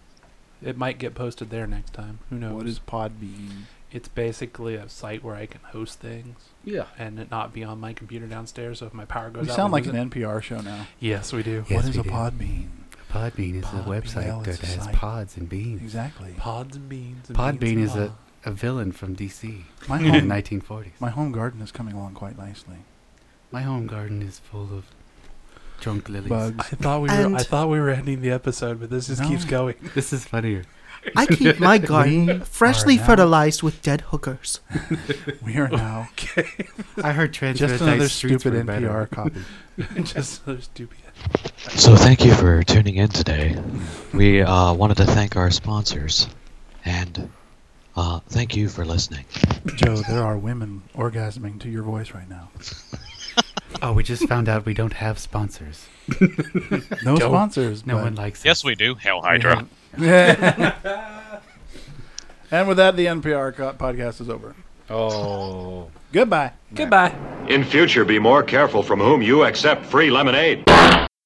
it might get posted there next time. Who knows?
what is Podbean?
It's basically a site where I can host things
Yeah.
and it not be on my computer downstairs. So if my power goes
We
out,
sound like
lose
an
it.
NPR show now.
Yes, we do.
Yes,
what is
we
a
do.
Podbean?
Podbean is
Pod- BL is a site.
pods and beans.
(laughs)
Exactly.
Pods and beans. and
Podbean
beans
is
and
a, a villain from DC
My (laughs)
in the
home,
1940s.
my home garden is coming along quite nicely.
My home garden is full of drunk lilies.
I
Bugs.
thought we were.
And-
I thought we were ending the episode, but this just
No.
keeps going.
(laughs) This is funnier.
I keep
(laughs)
my garden freshly
now-
fertilized with dead hookers.
We are now
I
(laughs)
heard
just
transvestite
another
streets
stupid
were
NPR
better.
copy.
just so stupid.
So thank you for tuning in today. We uh, wanted to thank our sponsors, and uh, thank you for listening.
(laughs)
Joe, there are women orgasming to your voice right now.
Oh, we just found out we don't have sponsors.
No sponsors,
No
but-
one likes
Yes, we do. Hell Hydra.
(laughs) and with that, the NPR co- podcast is over.
Oh.
Goodbye.
Goodbye.
In future, be more careful from whom you accept free lemonade.